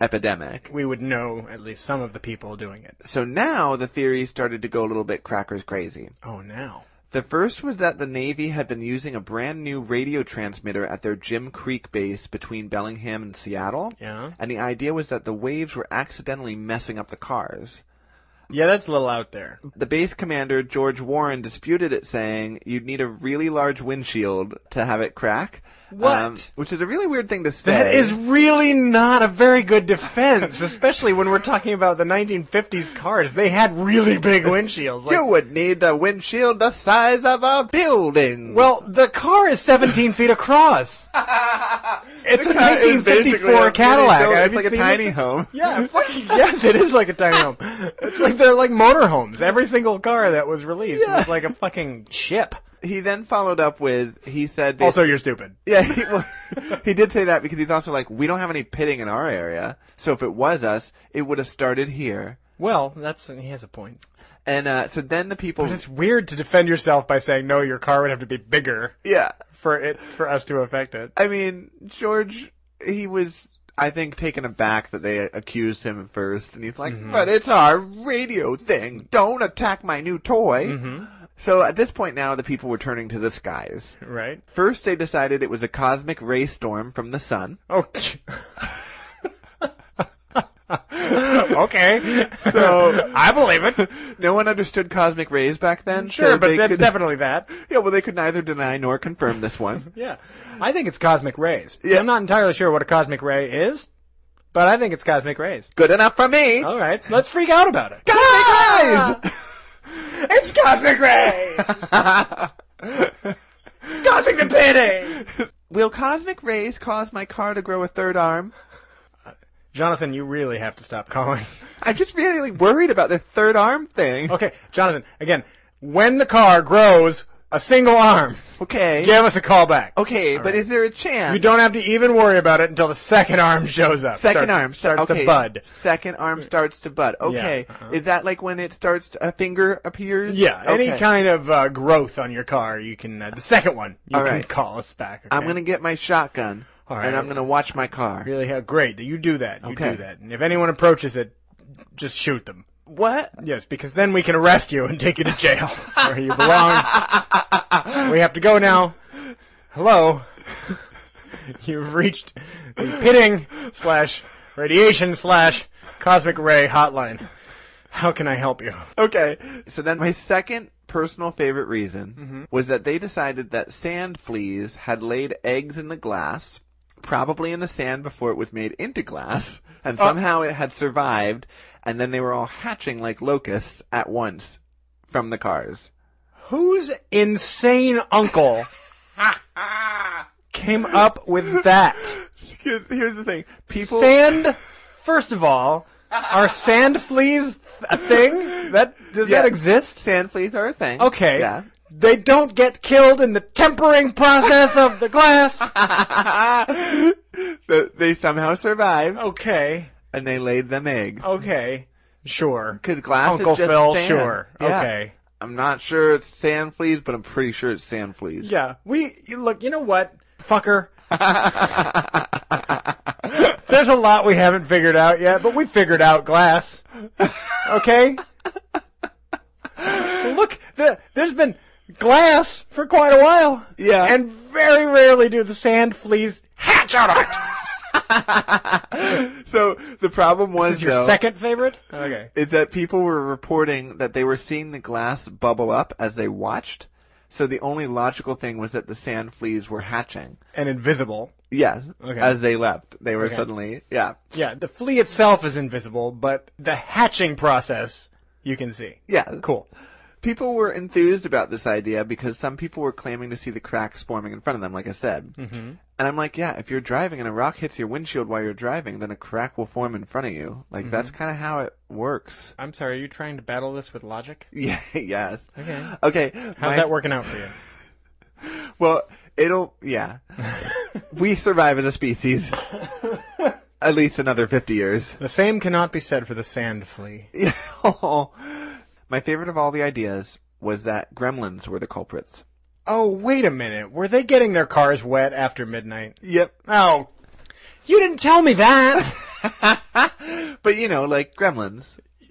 Speaker 1: Epidemic.
Speaker 2: we would know at least some of the people doing it.
Speaker 1: So now the theory started to go a little bit crackers crazy.
Speaker 2: Oh, now.
Speaker 1: The first was that the Navy had been using a brand new radio transmitter at their Jim Creek base between Bellingham and Seattle.
Speaker 2: Yeah.
Speaker 1: And the idea was that the waves were accidentally messing up the cars.
Speaker 2: Yeah, that's a little out there.
Speaker 1: The base commander, George Warren, disputed it, saying you'd need a really large windshield to have it crack. Um,
Speaker 2: What?
Speaker 1: which is a really weird thing to say.
Speaker 2: That is really not a very good defense, especially when we're talking about the 1950s cars. They had really big windshields. Like,
Speaker 1: you would need a windshield the size of a building.
Speaker 2: well, the car is 17 feet across. It's a
Speaker 1: It's basically
Speaker 2: 1954
Speaker 1: a
Speaker 2: Cadillac.
Speaker 1: mini-
Speaker 2: Have
Speaker 1: It's
Speaker 2: you
Speaker 1: like a
Speaker 2: seen
Speaker 1: tiny
Speaker 2: this?
Speaker 1: home.
Speaker 2: Yeah, fucking yes, it is like a tiny home. It's like they're like motorhomes. Every single car that was released was like a fucking ship.
Speaker 1: He then followed up with, he said, basi-
Speaker 2: Also, you're stupid.
Speaker 1: yeah, he, well, he did say that because he's also like, we don't have any pitting in our area, so if it was us, it would have started here.
Speaker 2: Well, that's he has a point.
Speaker 1: And uh, so then the people,
Speaker 2: But it's weird to defend yourself by saying no, your car would have to be bigger
Speaker 1: yeah,
Speaker 2: for it for us to affect it.
Speaker 1: I mean, George, he was, I think, taken aback that they accused him at first, and he's like,
Speaker 2: Mm-hmm.
Speaker 1: "But it's our radio thing. Don't attack my new toy."
Speaker 2: Mm-hmm.
Speaker 1: So at this point now, the people were turning to the skies.
Speaker 2: Right?
Speaker 1: First, they decided it was a cosmic ray storm from the sun.
Speaker 2: Oh. okay.
Speaker 1: So-
Speaker 2: I believe it.
Speaker 1: No one understood cosmic rays back then.
Speaker 2: Sure,
Speaker 1: so
Speaker 2: but
Speaker 1: they
Speaker 2: that's
Speaker 1: could-
Speaker 2: definitely that.
Speaker 1: yeah. Well, they could neither deny nor confirm this one.
Speaker 2: Yeah. I think it's cosmic rays.
Speaker 1: Yeah.
Speaker 2: I'm not entirely sure what a cosmic ray is, but I think it's cosmic rays.
Speaker 1: Good enough for me. Ah!
Speaker 2: All right. Let's freak out about it.
Speaker 1: Cosmic rays.
Speaker 2: It's cosmic rays! cosmic the pity!
Speaker 1: Will cosmic rays cause my car to grow a third arm?
Speaker 2: Jonathan, you really have to stop calling.
Speaker 1: I'm just really worried about the third arm thing.
Speaker 2: Okay, Jonathan, again, when the car grows a single arm,
Speaker 1: Okay.
Speaker 2: give us a call back.
Speaker 1: Okay, but is there a chance?
Speaker 2: You don't have to even worry about it until the second arm shows up.
Speaker 1: Second
Speaker 2: Starts-
Speaker 1: arm sta-
Speaker 2: starts
Speaker 1: okay.
Speaker 2: to bud.
Speaker 1: Second arm starts to bud. Okay,
Speaker 2: uh-huh.
Speaker 1: is that like when it starts? to- a finger appears.
Speaker 2: Yeah, any
Speaker 1: Okay.
Speaker 2: kind of uh, growth on your car, you can. Uh, the second one, you
Speaker 1: All
Speaker 2: can
Speaker 1: right.
Speaker 2: call us back.
Speaker 1: I'm
Speaker 2: okay?
Speaker 1: gonna get my shotgun,
Speaker 2: All right.
Speaker 1: and I'm gonna watch my car.
Speaker 2: really have great that you do that. You
Speaker 1: Okay.
Speaker 2: do that, and if anyone approaches it, just shoot them.
Speaker 1: What?
Speaker 2: Yes, because then we can arrest you and take you to jail where you belong. we have to go now. Hello. You've reached the pitting slash radiation slash cosmic ray hotline. How can I help you?
Speaker 1: Okay. So then, my second personal favorite reason
Speaker 2: Mm-hmm.
Speaker 1: was that they decided that sand fleas had laid eggs in the glass, probably in the sand before it was made into glass, and
Speaker 2: Uh.
Speaker 1: somehow it had survived, and then they were all hatching like locusts at once from the cars.
Speaker 2: Whose insane uncle came up with that?
Speaker 1: Here's here's the thing. People.
Speaker 2: Sand, first of all, are sand fleas a thing? That does
Speaker 1: Yeah.
Speaker 2: that exist?
Speaker 1: Sand fleas are a thing.
Speaker 2: Okay.
Speaker 1: Yeah.
Speaker 2: They don't get killed in the tempering process of the glass.
Speaker 1: So they somehow survived,
Speaker 2: Oh. Okay.
Speaker 1: and they laid them eggs.
Speaker 2: Oh, Okay. Sure.
Speaker 1: Could glass is
Speaker 2: Uncle
Speaker 1: just
Speaker 2: Phil,
Speaker 1: sand.
Speaker 2: sure.
Speaker 1: Yeah.
Speaker 2: Okay.
Speaker 1: I'm not sure it's sand fleas, but I'm pretty sure it's sand fleas.
Speaker 2: Yeah. We you- look, you know what? Fucker. There's a lot we haven't figured out yet, but we figured out glass. Okay? look, the, there's been glass for quite a while.
Speaker 1: Yeah.
Speaker 2: And very rarely do the sand fleas hatch out of it.
Speaker 1: So the problem was
Speaker 2: Is your
Speaker 1: though,
Speaker 2: second favorite? Okay.
Speaker 1: is that people were reporting that they were seeing the glass bubble up as they watched. So the only logical thing was that the sand fleas were hatching.
Speaker 2: And invisible.
Speaker 1: Yes,
Speaker 2: Okay.
Speaker 1: as they left, they were suddenly yeah,
Speaker 2: Yeah, the flea itself is invisible, but the hatching process you can see.
Speaker 1: yeah.
Speaker 2: Cool.
Speaker 1: People were enthused about this idea because some people were claiming to see the cracks forming in front of them. Like I said, mm-hmm. and I'm like, yeah, if you're driving and a rock hits your windshield while you're driving, then a crack will form in front of you. Like that's
Speaker 2: Mm-hmm.
Speaker 1: kind of how it works.
Speaker 2: I'm sorry, are you trying to battle this with logic?
Speaker 1: Yeah. Yes.
Speaker 2: Okay.
Speaker 1: Okay.
Speaker 2: How's
Speaker 1: my
Speaker 2: that working out for you?
Speaker 1: Well, it'll yeah. we survive as a species. At least another fifty years.
Speaker 2: The same cannot be said for the sand flea.
Speaker 1: My favorite of all the ideas was that gremlins were the culprits.
Speaker 2: Oh, wait a minute. Were they getting their cars wet after midnight?
Speaker 1: Yep.
Speaker 2: Oh. You didn't tell me that.
Speaker 1: But you know, like gremlins.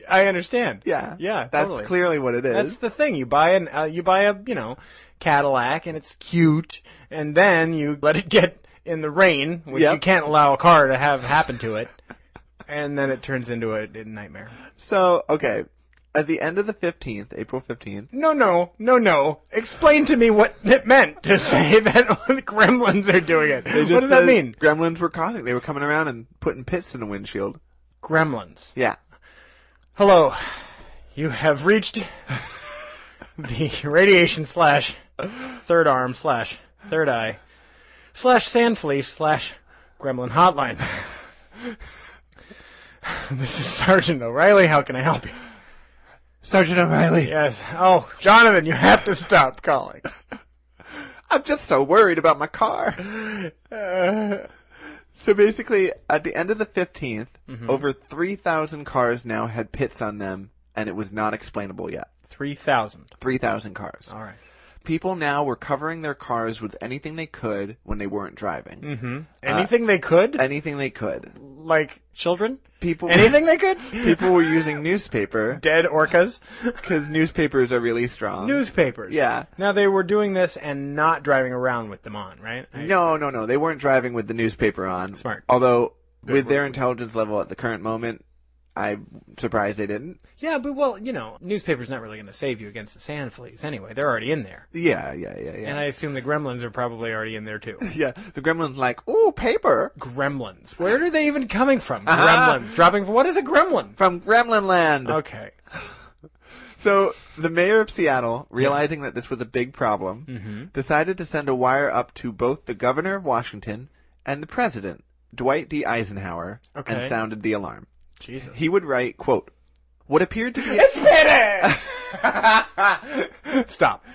Speaker 2: I understand.
Speaker 1: Yeah.
Speaker 2: Yeah,
Speaker 1: That's
Speaker 2: totally.
Speaker 1: clearly what it is.
Speaker 2: That's the thing. You buy an uh, you buy a you know Cadillac and it's cute, and then you let it get in the rain, which
Speaker 1: Yep.
Speaker 2: you can't allow a car to have happen to it, and then it turns into a, a nightmare.
Speaker 1: so okay. At the end of the 15th, April 15th,
Speaker 2: No, no, no, no. Explain to me what it meant to say that the gremlins are doing it.
Speaker 1: they
Speaker 2: What
Speaker 1: just
Speaker 2: does that
Speaker 1: said
Speaker 2: mean?
Speaker 1: Gremlins were causing. They were coming around and putting pits in the windshield.
Speaker 2: Gremlins.
Speaker 1: Yeah.
Speaker 2: Hello. You have reached the radiation slash third arm slash third eye slash sand fleece slash gremlin hotline. this is Sergeant O'Reilly. How can I help you?
Speaker 1: Sergeant O'Reilly,
Speaker 2: Yes. Oh, Jonathan, you have to stop calling.
Speaker 1: I'm just so worried about my car. so basically, at the end of the 15th,
Speaker 2: Mm-hmm.
Speaker 1: over 3,000 cars now had pits on them, and it was not explainable yet.
Speaker 2: 3,000.
Speaker 1: 3,000 cars.
Speaker 2: All right.
Speaker 1: People now were covering their cars with anything they could when they weren't driving.
Speaker 2: Mm-hmm. Hmm? Anything they could?
Speaker 1: Anything they could.
Speaker 2: like children?
Speaker 1: People
Speaker 2: Anything they could?
Speaker 1: people were using newspaper
Speaker 2: Dead orcas?
Speaker 1: because newspapers are really strong.
Speaker 2: Newspapers.
Speaker 1: Yeah.
Speaker 2: Now they were doing this and not driving around with them on, right? I-
Speaker 1: No, no, no. They weren't driving with the newspaper on.
Speaker 2: Smart.
Speaker 1: Although, with their intelligence level at the current moment, I'm surprised they didn't.
Speaker 2: Yeah, but well, you know, newspaper's not really going to save you against the sand fleas anyway. They're already in there.
Speaker 1: Yeah, yeah, yeah, yeah.
Speaker 2: And I assume the gremlins are probably already in there too.
Speaker 1: yeah, the gremlin's like, ooh, paper
Speaker 2: gremlins. Where are they even coming from? Gremlins. Dropping from, what is a gremlin?
Speaker 1: from Gremlin Land.
Speaker 2: Okay.
Speaker 1: So the mayor of Seattle, realizing that this was a big problem,
Speaker 2: Mm-hmm.
Speaker 1: decided to send a wire up to both the governor of Washington and the president, Dwight D. Eisenhower, and
Speaker 2: Okay.
Speaker 1: sounded the alarm.
Speaker 2: Jesus.
Speaker 1: He would write, quote, what appeared to be
Speaker 2: Stop.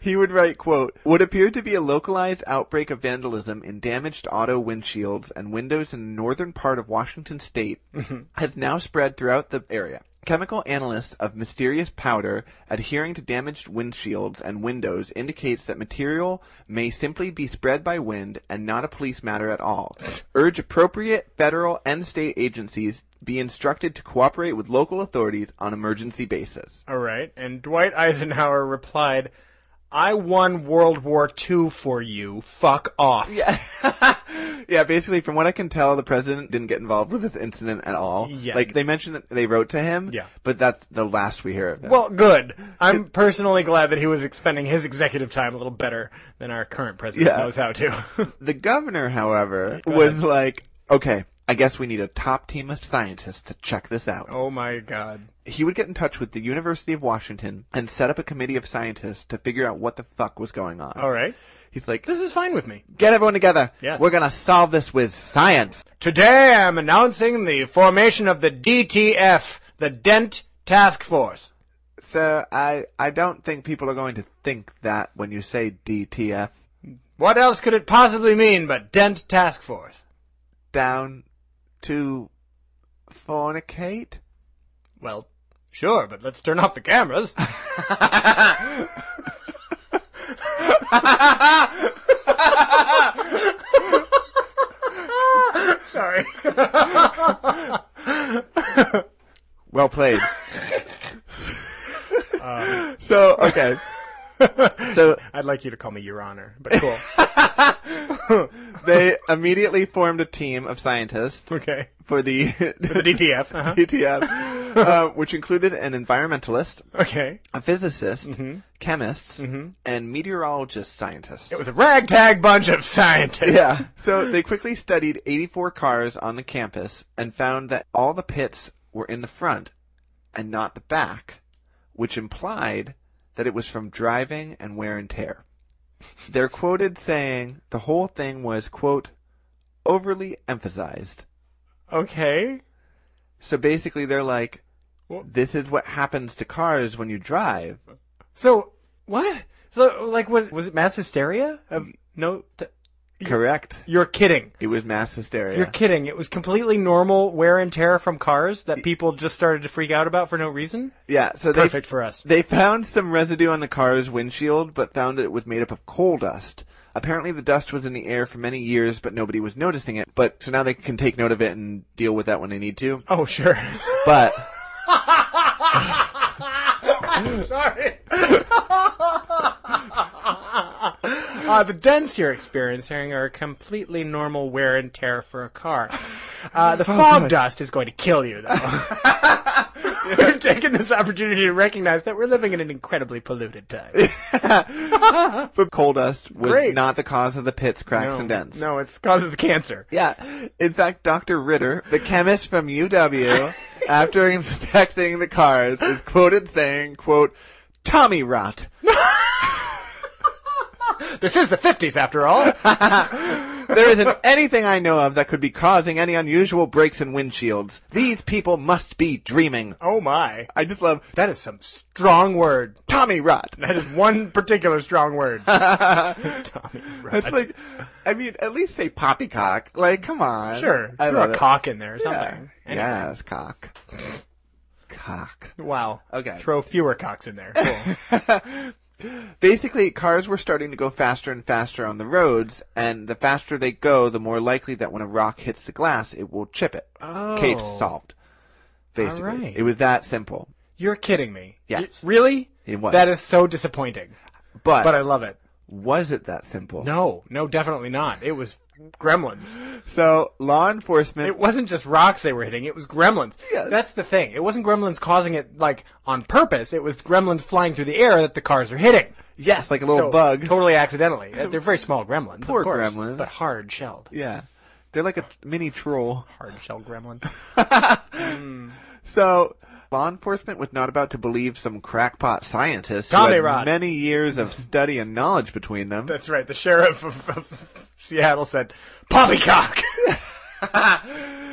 Speaker 1: He would write, quote, what appeared to be a localized outbreak of vandalism in damaged auto windshields and windows in the northern part of Washington state has now spread throughout the area. Chemical analysis of mysterious powder adhering to damaged windshields and windows indicates that material may simply be spread by wind and not a police matter at all. Urge appropriate federal and state agencies be instructed to cooperate with local authorities on emergency basis.
Speaker 2: All right. And Dwight Eisenhower replied, I won World War II for you. Fuck off.
Speaker 1: yeah, basically, from what I can tell, the president didn't get involved with this incident at all.
Speaker 2: Yeah.
Speaker 1: Like, they mentioned that they wrote to him.
Speaker 2: Yeah.
Speaker 1: But that's the last we hear of him.
Speaker 2: Well, good. I'm personally glad that he was spending his executive time a little better than our current president
Speaker 1: Yeah.
Speaker 2: knows how to.
Speaker 1: the governor, however, was like, okay, I guess we need a top team of scientists to check this out.
Speaker 2: oh my god.
Speaker 1: He would get in touch with the University of Washington and set up a committee of scientists to figure out what the fuck was going on.
Speaker 2: All right.
Speaker 1: He's like,
Speaker 2: This is fine with me.
Speaker 1: get everyone together.
Speaker 2: Oh. Yes.
Speaker 1: We're going to solve this with science.
Speaker 2: Today I'm announcing the formation of the DTF, the Dent Task Force.
Speaker 1: So I, I don't think people are going to think that when you say DTF.
Speaker 2: What else could it possibly mean but Dent Task Force?
Speaker 1: down to fornicate?
Speaker 2: Well, sure, but let's turn off the cameras. Sorry.
Speaker 1: Well played.
Speaker 2: Um,
Speaker 1: so okay, so
Speaker 2: I'd like you to call me Your Honor, but cool.
Speaker 1: they immediately formed a team of scientists
Speaker 2: Okay.
Speaker 1: for the
Speaker 2: The DTF. Uh-huh.
Speaker 1: ETF, uh, which included an environmentalist,
Speaker 2: Okay.
Speaker 1: a physicist, chemists, and meteorologist scientists.
Speaker 2: It was a ragtag bunch of scientists.
Speaker 1: Yeah. So they quickly studied 84 cars on the campus and found that all the pits were in the front and not the back, which implied that it was from driving and wear and tear. They're quoted saying the whole thing was, quote, overly emphasized.
Speaker 2: Okay.
Speaker 1: So basically they're like,
Speaker 2: What?
Speaker 1: this is what happens to cars when you drive.
Speaker 2: So what? So, like was was it mass hysteria? Of, no, t-
Speaker 1: Correct.
Speaker 2: you're kidding.
Speaker 1: It was mass hysteria.
Speaker 2: You're kidding. It was completely normal wear and tear from cars that people just started to freak out about for no reason.
Speaker 1: yeah. So they,
Speaker 2: Perfect for us.
Speaker 1: They found some residue on the car's windshield, but found it was made up of coal dust. Apparently, the dust was in the air for many years, but nobody was noticing it. But so now they can take note of it and deal with that when they need to.
Speaker 2: Oh sure.
Speaker 1: But
Speaker 2: Sorry. Uh, the dents you're experiencing are completely normal wear and tear for a car. Uh, the
Speaker 1: Oh,
Speaker 2: fog dust is going to kill you, though. We've taken this opportunity to recognize that we're living in an incredibly polluted time.
Speaker 1: But coal dust was
Speaker 2: Great.
Speaker 1: not the cause of the pits, cracks,
Speaker 2: No,
Speaker 1: and dents.
Speaker 2: no, it's causing the cancer.
Speaker 1: Yeah. In fact, Dr. Ritter, the chemist from UW, after inspecting the cars, is quoted saying, quote, Tommy rot.
Speaker 2: This is the 50s, after all.
Speaker 1: There isn't anything I know of that could be causing any unusual breaks in windshields. These people must be dreaming.
Speaker 2: oh my.
Speaker 1: I just love
Speaker 2: That is some strong word.
Speaker 1: Tommy rot.
Speaker 2: That is one particular strong word. Tommy
Speaker 1: It's
Speaker 2: Rod.
Speaker 1: like, I mean, at least say poppycock. Like, come on.
Speaker 2: Sure.
Speaker 1: I
Speaker 2: Throw
Speaker 1: love
Speaker 2: a
Speaker 1: it.
Speaker 2: cock in there or
Speaker 1: Yeah.
Speaker 2: something.
Speaker 1: Yes, cock. cock.
Speaker 2: Wow.
Speaker 1: Okay.
Speaker 2: Throw fewer cocks in there. Cool.
Speaker 1: Basically, cars were starting to go faster and faster on the roads, and the faster they go, the more likely that when a rock hits the glass, it will chip it.
Speaker 2: Oh.
Speaker 1: Case solved. Basically,
Speaker 2: right.
Speaker 1: it was that simple.
Speaker 2: You're kidding me.
Speaker 1: Yes.
Speaker 2: Y- really?
Speaker 1: It was.
Speaker 2: That is so disappointing.
Speaker 1: But,
Speaker 2: But I love it.
Speaker 1: was it that simple?
Speaker 2: No, no, definitely not. It was gremlins.
Speaker 1: So law enforcement.
Speaker 2: It wasn't just rocks they were hitting, it was gremlins.
Speaker 1: Yes.
Speaker 2: That's the thing. It wasn't gremlins causing it, like, on purpose. It was gremlins flying through the air that the cars are hitting.
Speaker 1: yes, like a little
Speaker 2: So,
Speaker 1: Oh, bug.
Speaker 2: Totally accidentally. Uh, They're very small gremlins,
Speaker 1: Poor
Speaker 2: of course.
Speaker 1: gremlin.
Speaker 2: But hard shelled.
Speaker 1: yeah, they're like a mini troll.
Speaker 2: Hard shelled gremlin.
Speaker 1: So law enforcement was not about to believe some crackpot scientists who
Speaker 2: Tommy
Speaker 1: had
Speaker 2: Rod.
Speaker 1: many years of study and knowledge between them.
Speaker 2: That's right. The sheriff of, of Seattle said, Poppycock!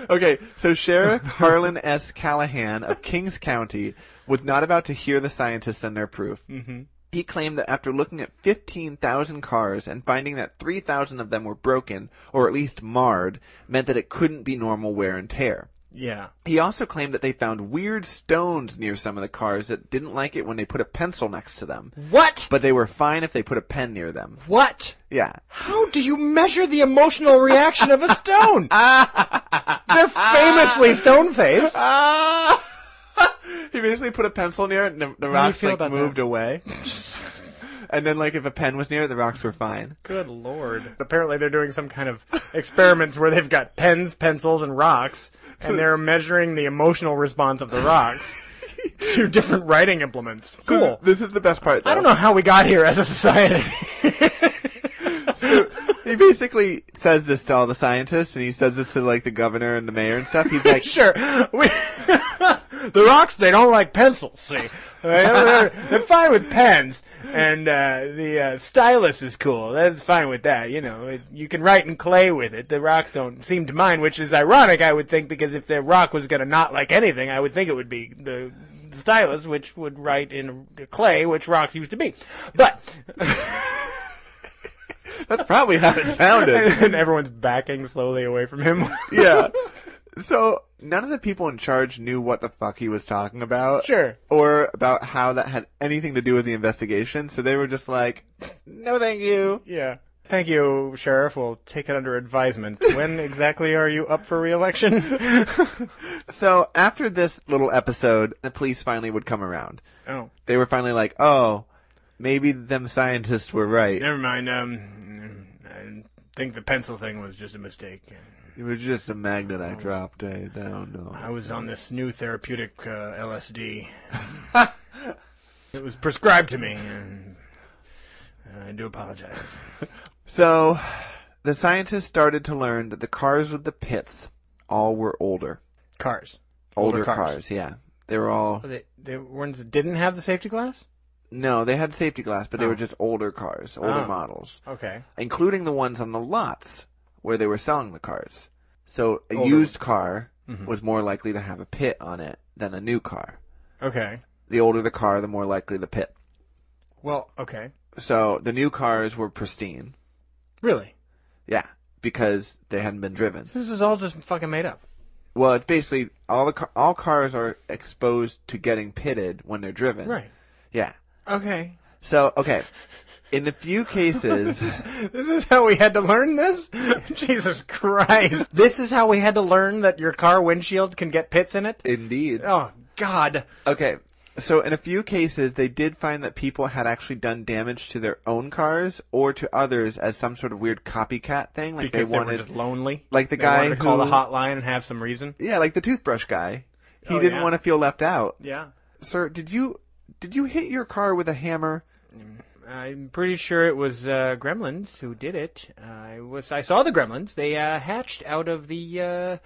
Speaker 1: Okay, so Sheriff Harlan S. Callahan of Kings County was not about to hear the scientists and their proof. Mm-hmm. He claimed that after looking at 15,000 cars and finding that 3,000 of them were broken, or at least marred, meant that it couldn't be normal wear and tear.
Speaker 2: yeah.
Speaker 1: He also claimed that they found weird stones near some of the cars that didn't like it when they put a pencil next to them,
Speaker 2: What?
Speaker 1: but they were fine if they put a pen near them.
Speaker 2: What?
Speaker 1: Yeah.
Speaker 2: How do you measure the emotional reaction of a stone? They're famously stone faced.
Speaker 1: Ah! he basically put a pencil near it, and the, the rocks
Speaker 2: feel
Speaker 1: like
Speaker 2: about
Speaker 1: moved
Speaker 2: that?
Speaker 1: away. and then, like, if a pen was near it, the rocks were fine.
Speaker 2: Good lord. Apparently, they're doing some kind of experiments where they've got pens, pencils, and rocks, and they're measuring the emotional response of the rocks to different writing implements. Cool.
Speaker 1: This is the best part. Though.
Speaker 2: I don't know how we got here as a society.
Speaker 1: He basically says this to all the scientists, and he says this to like the governor and the mayor and stuff. He's like,
Speaker 2: sure. We, the rocks, they don't like pencils, see. They don't- They're, they're fine with pens. And uh, the uh, stylus is cool. That's fine with that. You know, it, you can write in clay with it. The rocks don't seem to mind, which is ironic, I would think, because if the rock was going to not like anything, I would think it would be the stylus, which would write in clay, which rocks used to be. But
Speaker 1: "That's probably how it sounded."
Speaker 2: and everyone's backing slowly away from him.
Speaker 1: yeah. So none of the people in charge knew what the fuck he was talking about.
Speaker 2: Sure.
Speaker 1: Or about how that had anything to do with the investigation. So they were just like, "No, thank you."
Speaker 2: Yeah. Thank you, Sheriff. We'll take it under advisement. When exactly are you up for reelection?
Speaker 1: So after this little episode, the police finally would come around.
Speaker 2: oh,
Speaker 1: They were finally like, "Oh, maybe them scientists were right.
Speaker 2: never mind. Um, I think the pencil thing was just a mistake.
Speaker 1: It was just a magnet I dropped. I don't know."
Speaker 2: I was on this new therapeutic uh, LSD. it was prescribed to me. And uh, I do apologize.
Speaker 1: So the scientists started to learn that the cars with the pits all were older,
Speaker 2: Cars.
Speaker 1: older,
Speaker 2: Older
Speaker 1: cars.
Speaker 2: cars.
Speaker 1: Yeah, they were all
Speaker 2: Oh, They, they ones that didn't have the safety glass.
Speaker 1: no, they had safety glass, but they were just older cars, older
Speaker 2: Oh.
Speaker 1: models,
Speaker 2: Okay.
Speaker 1: including the ones on the lots where they were selling the cars. So a
Speaker 2: Older Mm-hmm.
Speaker 1: used car was more likely to have a pit on it than a new car.
Speaker 2: Okay.
Speaker 1: the older the car, the more likely the pit.
Speaker 2: Well. Okay.
Speaker 1: So the new cars were pristine.
Speaker 2: Really?
Speaker 1: Yeah. Because they hadn't been driven.
Speaker 2: This is all just fucking made up.
Speaker 1: Well, it's basically all the car- all cars are exposed to getting pitted when they're driven.
Speaker 2: Right.
Speaker 1: Yeah.
Speaker 2: Okay.
Speaker 1: So okay, in the few cases,
Speaker 2: This is how we had to learn this? Jesus Christ. This is how we had to learn that your car windshield can get pits in it?
Speaker 1: indeed.
Speaker 2: Oh, God.
Speaker 1: Okay, So in a few cases, they did find that people had actually done damage to their own cars or to others as some sort of weird copycat thing. Like
Speaker 2: because
Speaker 1: they
Speaker 2: they, were
Speaker 1: wanted,
Speaker 2: just lonely.
Speaker 1: like the
Speaker 2: They
Speaker 1: guy
Speaker 2: wanted to call the
Speaker 1: who-
Speaker 2: hotline and have some reason.
Speaker 1: yeah, like the toothbrush guy. He
Speaker 2: Oh,
Speaker 1: didn't
Speaker 2: yeah.
Speaker 1: want to feel left out.
Speaker 2: Yeah,
Speaker 1: Sir, did you did you hit your car with a hammer?
Speaker 2: I'm pretty sure it was uh, Gremlins who did it. I was I saw the Gremlins. They uh, hatched out of the uh,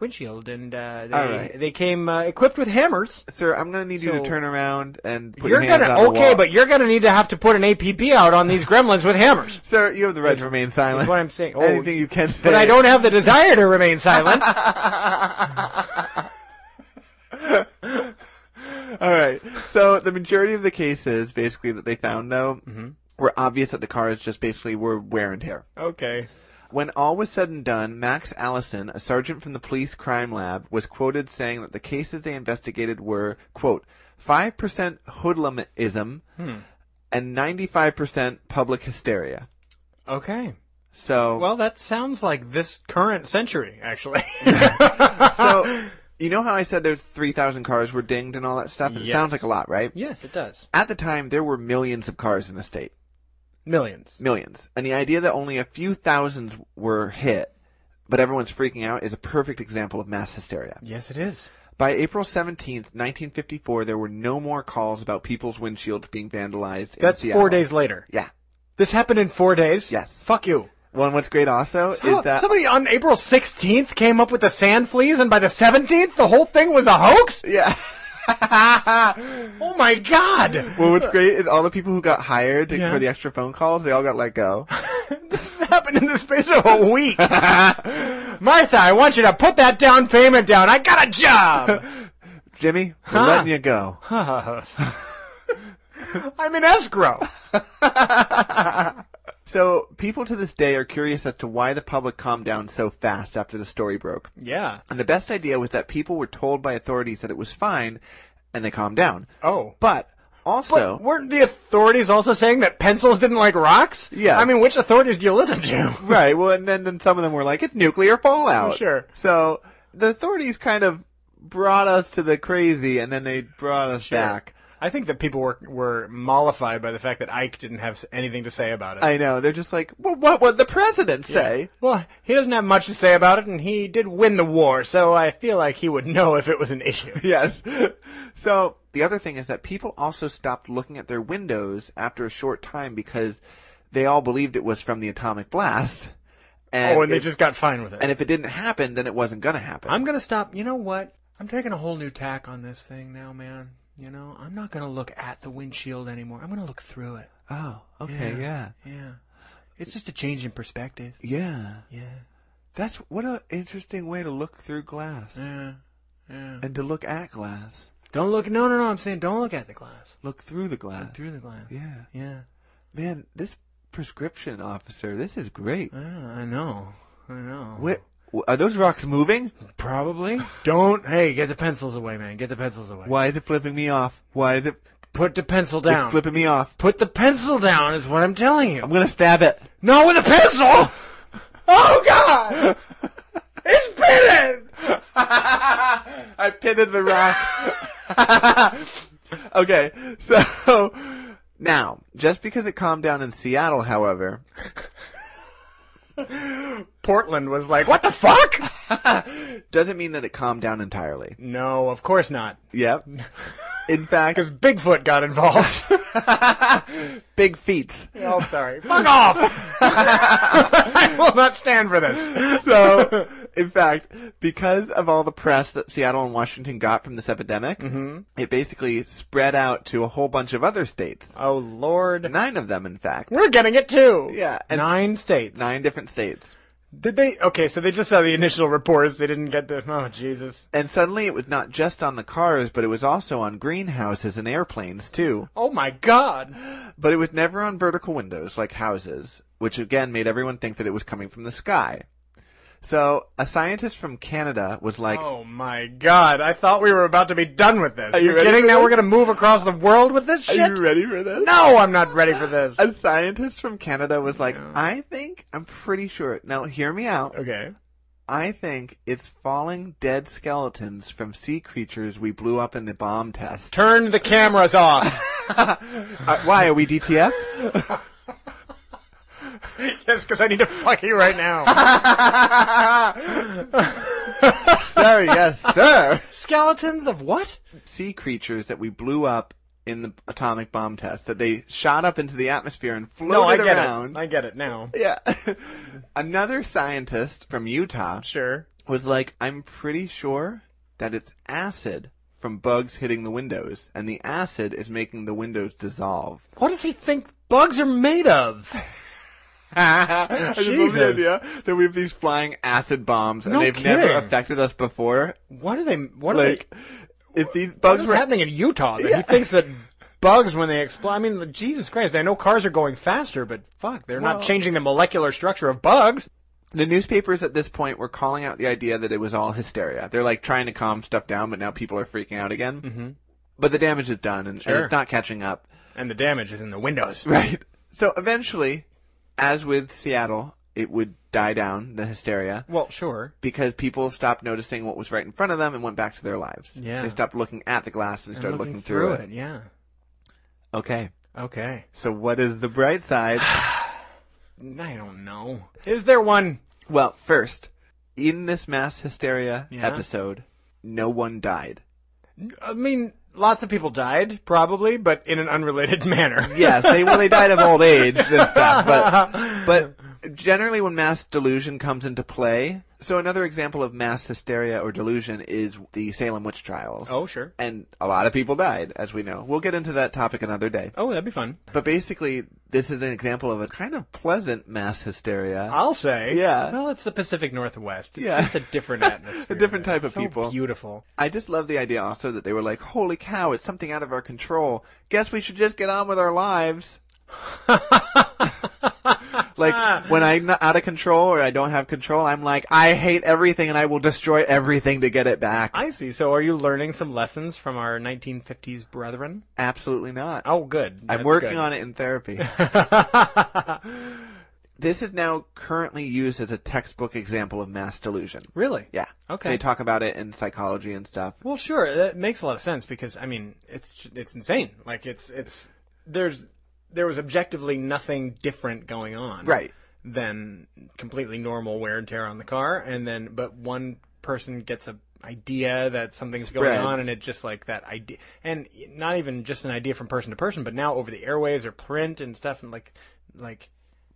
Speaker 2: windshield, and uh, they
Speaker 1: All right.
Speaker 2: they came uh, equipped with hammers.
Speaker 1: Sir, I'm gonna need you
Speaker 2: So-
Speaker 1: to turn around and put
Speaker 2: you're
Speaker 1: your hands
Speaker 2: gonna
Speaker 1: on the
Speaker 2: okay,
Speaker 1: wall.
Speaker 2: but you're gonna need to have to put an APB out on these Gremlins with hammers.
Speaker 1: sir, you have the right to remain silent.
Speaker 2: what I'm saying. Oh,
Speaker 1: Anything you can say.
Speaker 2: But I don't have the desire to remain silent.
Speaker 1: All right. So the majority of the cases, basically, that they found though,
Speaker 2: Mm-hmm.
Speaker 1: were obvious that the cars just basically were wear and tear.
Speaker 2: okay.
Speaker 1: When all was said and done, Max Allison, a sergeant from the police crime lab, was quoted saying that the cases they investigated were, quote, 5% hoodlumism
Speaker 2: Hmm.
Speaker 1: and 95% public hysteria.
Speaker 2: Okay.
Speaker 1: So,
Speaker 2: Well, that sounds like this current century, actually.
Speaker 1: so you know how I said there's 3,000 cars were dinged and all that stuff? It
Speaker 2: Yes.
Speaker 1: sounds like a lot, right?
Speaker 2: yes, it does.
Speaker 1: At the time, there were millions of cars in the state.
Speaker 2: Millions.
Speaker 1: Millions. And the idea that only a few thousands were hit, but everyone's freaking out, is a perfect example of mass hysteria.
Speaker 2: Yes, it is.
Speaker 1: By April 17th, 1954, there were no more calls about people's windshields being vandalized. in
Speaker 2: That's
Speaker 1: Seattle.
Speaker 2: four days later.
Speaker 1: Yeah.
Speaker 2: This happened in four days.
Speaker 1: Yes.
Speaker 2: Fuck you.
Speaker 1: Well, and what's great also
Speaker 2: So-
Speaker 1: is that
Speaker 2: somebody on April 16th came up with the sand fleas, and by the 17th, the whole thing was a hoax?
Speaker 1: yeah.
Speaker 2: Oh my god!
Speaker 1: well, what's great is all the people who got hired
Speaker 2: Yeah.
Speaker 1: for the extra phone calls, they all got let go.
Speaker 2: this happened in the space of a week. Martha, I want you to put that down payment down. I got a job!
Speaker 1: Jimmy, we're
Speaker 2: Huh.
Speaker 1: letting you go.
Speaker 2: I'm in escrow.
Speaker 1: So people to this day are curious as to why the public calmed down so fast after the story broke.
Speaker 2: Yeah.
Speaker 1: And the best idea was that people were told by authorities that it was fine, and they calmed down.
Speaker 2: Oh.
Speaker 1: But
Speaker 2: But
Speaker 1: also,
Speaker 2: weren't the authorities also saying that pencils didn't like rocks?
Speaker 1: Yeah.
Speaker 2: I mean, which authorities do you listen to?
Speaker 1: Right. Well, and then, then some of them were like, it's nuclear fallout.
Speaker 2: Oh, sure.
Speaker 1: So the authorities kind of brought us to the crazy and then they brought us back.
Speaker 2: I think that people were were mollified by the fact that Ike didn't have s- anything to say about it.
Speaker 1: I know. They're just like, well, what would the president say?
Speaker 2: Well, he doesn't have much to say about it, and he did win the war, so I feel like he would know if it was an issue.
Speaker 1: Yes. so the other thing is that people also stopped looking at their windows after a short time because they all believed it was from the atomic blast. And
Speaker 2: oh, and they
Speaker 1: if-
Speaker 2: just got fine with it.
Speaker 1: and if it didn't happen, then it wasn't going to happen.
Speaker 2: I'm gonna stop. You know what? I'm taking a whole new tack on this thing now, man. You know, I'm not gonna look at the windshield anymore. I'm gonna look through it.
Speaker 1: oh, okay, yeah.
Speaker 2: Yeah. It's just a change in perspective.
Speaker 1: Yeah.
Speaker 2: Yeah.
Speaker 1: That's what an interesting way to look through glass.
Speaker 2: Yeah. Yeah.
Speaker 1: and to look at glass,
Speaker 2: Don't look. No, no, no. I'm saying don't look at the glass.
Speaker 1: look through the glass.
Speaker 2: Through the glass.
Speaker 1: Yeah,
Speaker 2: Yeah.
Speaker 1: man, this prescription officer, this is great.
Speaker 2: Yeah, Ah, I know. I know.
Speaker 1: What are those rocks moving?
Speaker 2: Probably. Don't. Hey, get the pencils away, man. Get the pencils away.
Speaker 1: Why is it flipping me off? Why is it
Speaker 2: Put the pencil
Speaker 1: it's
Speaker 2: down.
Speaker 1: flipping me off?
Speaker 2: Put the pencil down is what I'm telling
Speaker 1: I'm
Speaker 2: you.
Speaker 1: gonna stab it.
Speaker 2: Not with a pencil! Oh, God! It's pitted!
Speaker 1: I pitted the rock. okay, so now, just because it calmed down in Seattle, however,
Speaker 2: Portland was like, what the fuck?
Speaker 1: doesn't mean that it calmed down entirely.
Speaker 2: No, of course not.
Speaker 1: Yep. In fact,
Speaker 2: Because Bigfoot got involved.
Speaker 1: big feats.
Speaker 2: oh, sorry. Fuck off! I will not stand for this.
Speaker 1: So, in fact, because of all the press that Seattle and Washington got from this epidemic,
Speaker 2: Mm-hmm.
Speaker 1: it basically spread out to a whole bunch of other states.
Speaker 2: Oh, Lord.
Speaker 1: Nine of them, in fact.
Speaker 2: We're getting it too.
Speaker 1: Yeah, and-
Speaker 2: nine states.
Speaker 1: Nine different states.
Speaker 2: Did they? Okay, so they just saw the initial reports. They didn't get the. Oh Jesus.
Speaker 1: And suddenly it was not just on the cars, but it was also on greenhouses and airplanes, too.
Speaker 2: Oh my God.
Speaker 1: But it was never on vertical windows like houses, which again made everyone think that it was coming from the sky. So, a scientist from Canada was like,
Speaker 2: Oh my God. I thought we were about to be done with this.
Speaker 1: Are you
Speaker 2: You're
Speaker 1: ready
Speaker 2: kidding?
Speaker 1: for
Speaker 2: Now
Speaker 1: this?
Speaker 2: we're gonna move across the world with this
Speaker 1: Are
Speaker 2: shit?
Speaker 1: you ready for this?
Speaker 2: No, I'm not ready for this.
Speaker 1: a scientist from Canada was like, I think, I'm pretty sure. Now, hear me out.
Speaker 2: Okay.
Speaker 1: I think it's falling dead skeletons from sea creatures we blew up in the bomb test.
Speaker 2: Turn the cameras off.
Speaker 1: Uh, why are we DTF?
Speaker 2: yes, because I need to fuck you right now.
Speaker 1: sir, yes, sir.
Speaker 2: Skeletons of what?
Speaker 1: Sea creatures that we blew up in the atomic bomb test that they shot up into the atmosphere and floated
Speaker 2: No, I get
Speaker 1: around.
Speaker 2: it. I get it now.
Speaker 1: yeah. Another scientist from Utah
Speaker 2: Sure.
Speaker 1: was like, I'm pretty sure that it's acid from bugs hitting the windows, and the acid is making the windows dissolve.
Speaker 2: What does he think bugs are made of?
Speaker 1: I just love the
Speaker 2: Jesus.
Speaker 1: idea that we have these flying acid bombs, and
Speaker 2: No
Speaker 1: they've never
Speaker 2: kidding.
Speaker 1: affected us before.
Speaker 2: What are they? What are
Speaker 1: Like,
Speaker 2: they?
Speaker 1: if these
Speaker 2: What
Speaker 1: bugs
Speaker 2: is
Speaker 1: were
Speaker 2: happening in Utah that he thinks that bugs when they explode? I mean, Jesus Christ! I know cars are going faster, but fuck, they're not changing the molecular structure of bugs.
Speaker 1: The newspapers at this point were calling out the idea that it was all hysteria. They're like trying to calm stuff down, but now people are freaking out again. Mm-hmm. But the damage is done, and, and
Speaker 2: Sure.
Speaker 1: it's not catching up.
Speaker 2: And the damage is in the windows.
Speaker 1: Right. So eventually, as with Seattle, it would die down, the hysteria,
Speaker 2: Well, sure.
Speaker 1: because people stopped noticing what was right in front of them and went back to their lives.
Speaker 2: Yeah.
Speaker 1: They stopped looking at the glass and
Speaker 2: I'm
Speaker 1: started looking, through, it.
Speaker 2: Yeah.
Speaker 1: Okay.
Speaker 2: Okay.
Speaker 1: So what is the bright side?
Speaker 2: I don't know. Is there one?
Speaker 1: well, first, in this mass hysteria
Speaker 2: Yeah.
Speaker 1: episode, no one died.
Speaker 2: I mean, lots of people died, probably, but in an unrelated manner.
Speaker 1: yes, they well they died of old age and stuff. But but generally, when mass delusion comes into play, so another example of mass hysteria or delusion is the Salem witch trials.
Speaker 2: Oh, sure.
Speaker 1: And a lot of people died, as we know. We'll get into that topic another day.
Speaker 2: Oh, that'd be fun.
Speaker 1: But basically, this is an example of a kind of pleasant mass hysteria.
Speaker 2: I'll say.
Speaker 1: Yeah.
Speaker 2: Well, it's the Pacific Northwest. It's
Speaker 1: Yeah.
Speaker 2: just a different atmosphere.
Speaker 1: A different type of
Speaker 2: So
Speaker 1: people.
Speaker 2: Beautiful.
Speaker 1: I just love the idea also that they were like, holy cow, it's something out of our control. Guess we should just get on with our lives. like, when I'm not out of control or I don't have control, I'm like, I hate everything and I will destroy everything to get it back.
Speaker 2: I see. So, are you learning some lessons from our 1950s brethren?
Speaker 1: Absolutely not.
Speaker 2: Oh, good.
Speaker 1: I'm working on it in therapy. this is now currently used as a textbook example of mass delusion.
Speaker 2: Really?
Speaker 1: Yeah.
Speaker 2: Okay.
Speaker 1: They talk about it in psychology and stuff.
Speaker 2: Well, sure. That makes a lot of sense because I mean, it's it's insane. Like it's it's there's there was objectively nothing different going on.
Speaker 1: Right.
Speaker 2: than completely normal wear and tear on the car and then but one person gets a idea that something's going
Speaker 1: Spreads.
Speaker 2: on and it just like that idea and not even just an idea from person to person but now over the airways or print and stuff and like like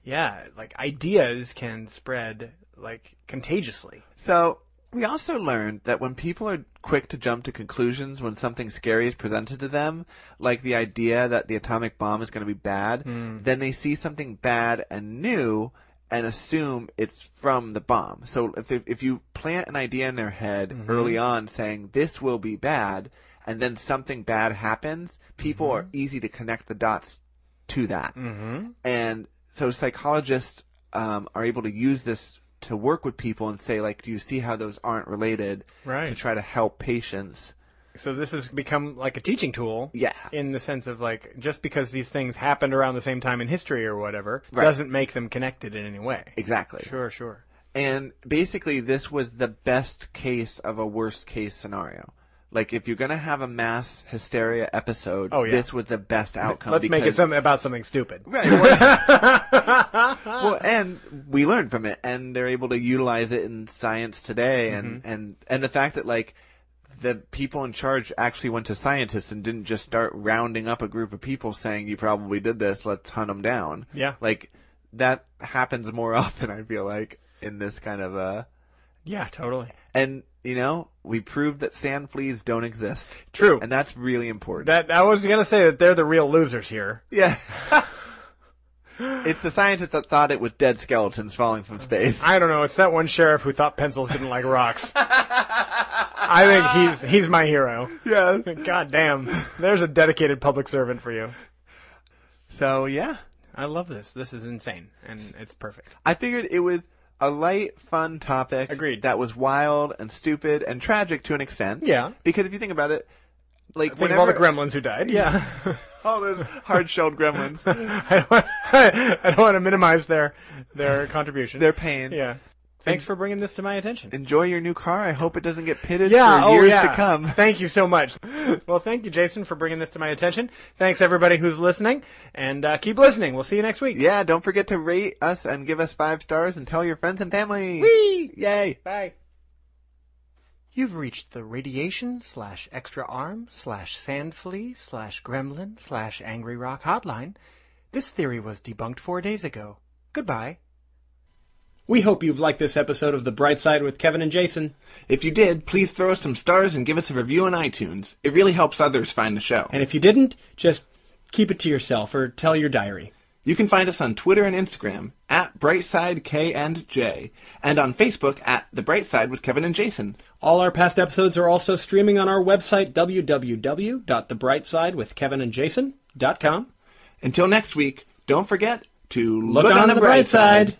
Speaker 2: yeah like ideas can spread like contagiously
Speaker 1: So we also learned that when people are quick to jump to conclusions when something scary is presented to them, like the idea that the atomic bomb is going to be bad, then they see something bad and new and assume it's from the bomb. So if if you plant an idea in their head early on saying this will be bad and then something bad happens, people are easy to connect the dots to that. Mm-hmm. And so psychologists um, are able to use this to work with people and say, like, do you see how those aren't related?
Speaker 2: Right.
Speaker 1: To try to help patients.
Speaker 2: so this has become like a teaching tool
Speaker 1: Yeah.
Speaker 2: in the sense of like just because these things happened around the same time in history or whatever
Speaker 1: Right.
Speaker 2: doesn't make them connected in any way
Speaker 1: Exactly.
Speaker 2: sure sure
Speaker 1: And basically, this was the best case of a worst case scenario. Like, if you're going to have a mass hysteria episode,
Speaker 2: Oh, yeah.
Speaker 1: this was the best outcome.
Speaker 2: let's make it
Speaker 1: because-
Speaker 2: something about something stupid
Speaker 1: Right. Well, well, and we learn from it, and they're able to utilize it in science today, and and and the fact that like the people in charge actually went to scientists and didn't just start rounding up a group of people saying you probably did this, let's hunt them down.
Speaker 2: Yeah.
Speaker 1: like that happens more often. I feel like in this kind of uh,
Speaker 2: yeah totally
Speaker 1: and you know we proved that sand fleas don't exist,
Speaker 2: True.
Speaker 1: and that's really important.
Speaker 2: that I was gonna say that they're the real losers here.
Speaker 1: Yeah. it's the scientist that thought it was dead skeletons falling from space.
Speaker 2: I don't know. It's that one sheriff who thought pencils didn't like rocks. I think he's he's my hero.
Speaker 1: Yeah.
Speaker 2: God damn, there's a dedicated public servant for you.
Speaker 1: So, yeah.
Speaker 2: I love this. This is insane, and it's perfect.
Speaker 1: I figured it was a light, fun topic.
Speaker 2: Agreed.
Speaker 1: That was wild and stupid and tragic to an extent.
Speaker 2: Yeah.
Speaker 1: Because if you think about it, like
Speaker 2: Think
Speaker 1: whenever
Speaker 2: of all the gremlins who died. Yeah,
Speaker 1: all those hard-shelled gremlins,
Speaker 2: I don't, want to minimize their their contribution.
Speaker 1: their pain.
Speaker 2: yeah, Thanks for bringing this to my attention.
Speaker 1: Enjoy your new car. I hope it doesn't get pitted
Speaker 2: yeah,
Speaker 1: for
Speaker 2: oh,
Speaker 1: years
Speaker 2: yeah.
Speaker 1: to come.
Speaker 2: Thank you so much. Well, thank you, Jason, for bringing this to my attention. Thanks everybody who's listening, and uh, keep listening. We'll see you next week.
Speaker 1: Yeah, don't forget to rate us and give us five stars and tell your friends and family.
Speaker 2: Whee!
Speaker 1: Yay!
Speaker 2: Bye. You've reached the radiation slash extra arm slash sand flea slash gremlin slash angry rock hotline. This theory was debunked four days ago. Goodbye. We hope you've liked this episode of The Bright Side with Kevin and Jason.
Speaker 1: If you did, please throw us some stars and give us a review on iTunes. It really helps others find the show.
Speaker 2: And if you didn't, just keep it to yourself or tell your diary.
Speaker 1: You can find us on Twitter and Instagram at Brightside K and J, and on Facebook at The Bright Side with Kevin and Jason.
Speaker 3: All our past episodes are also streaming on our website, www.thebrightsidewithkevinandjason.com.
Speaker 1: Until next week, don't forget to
Speaker 3: Look, on, the bright side.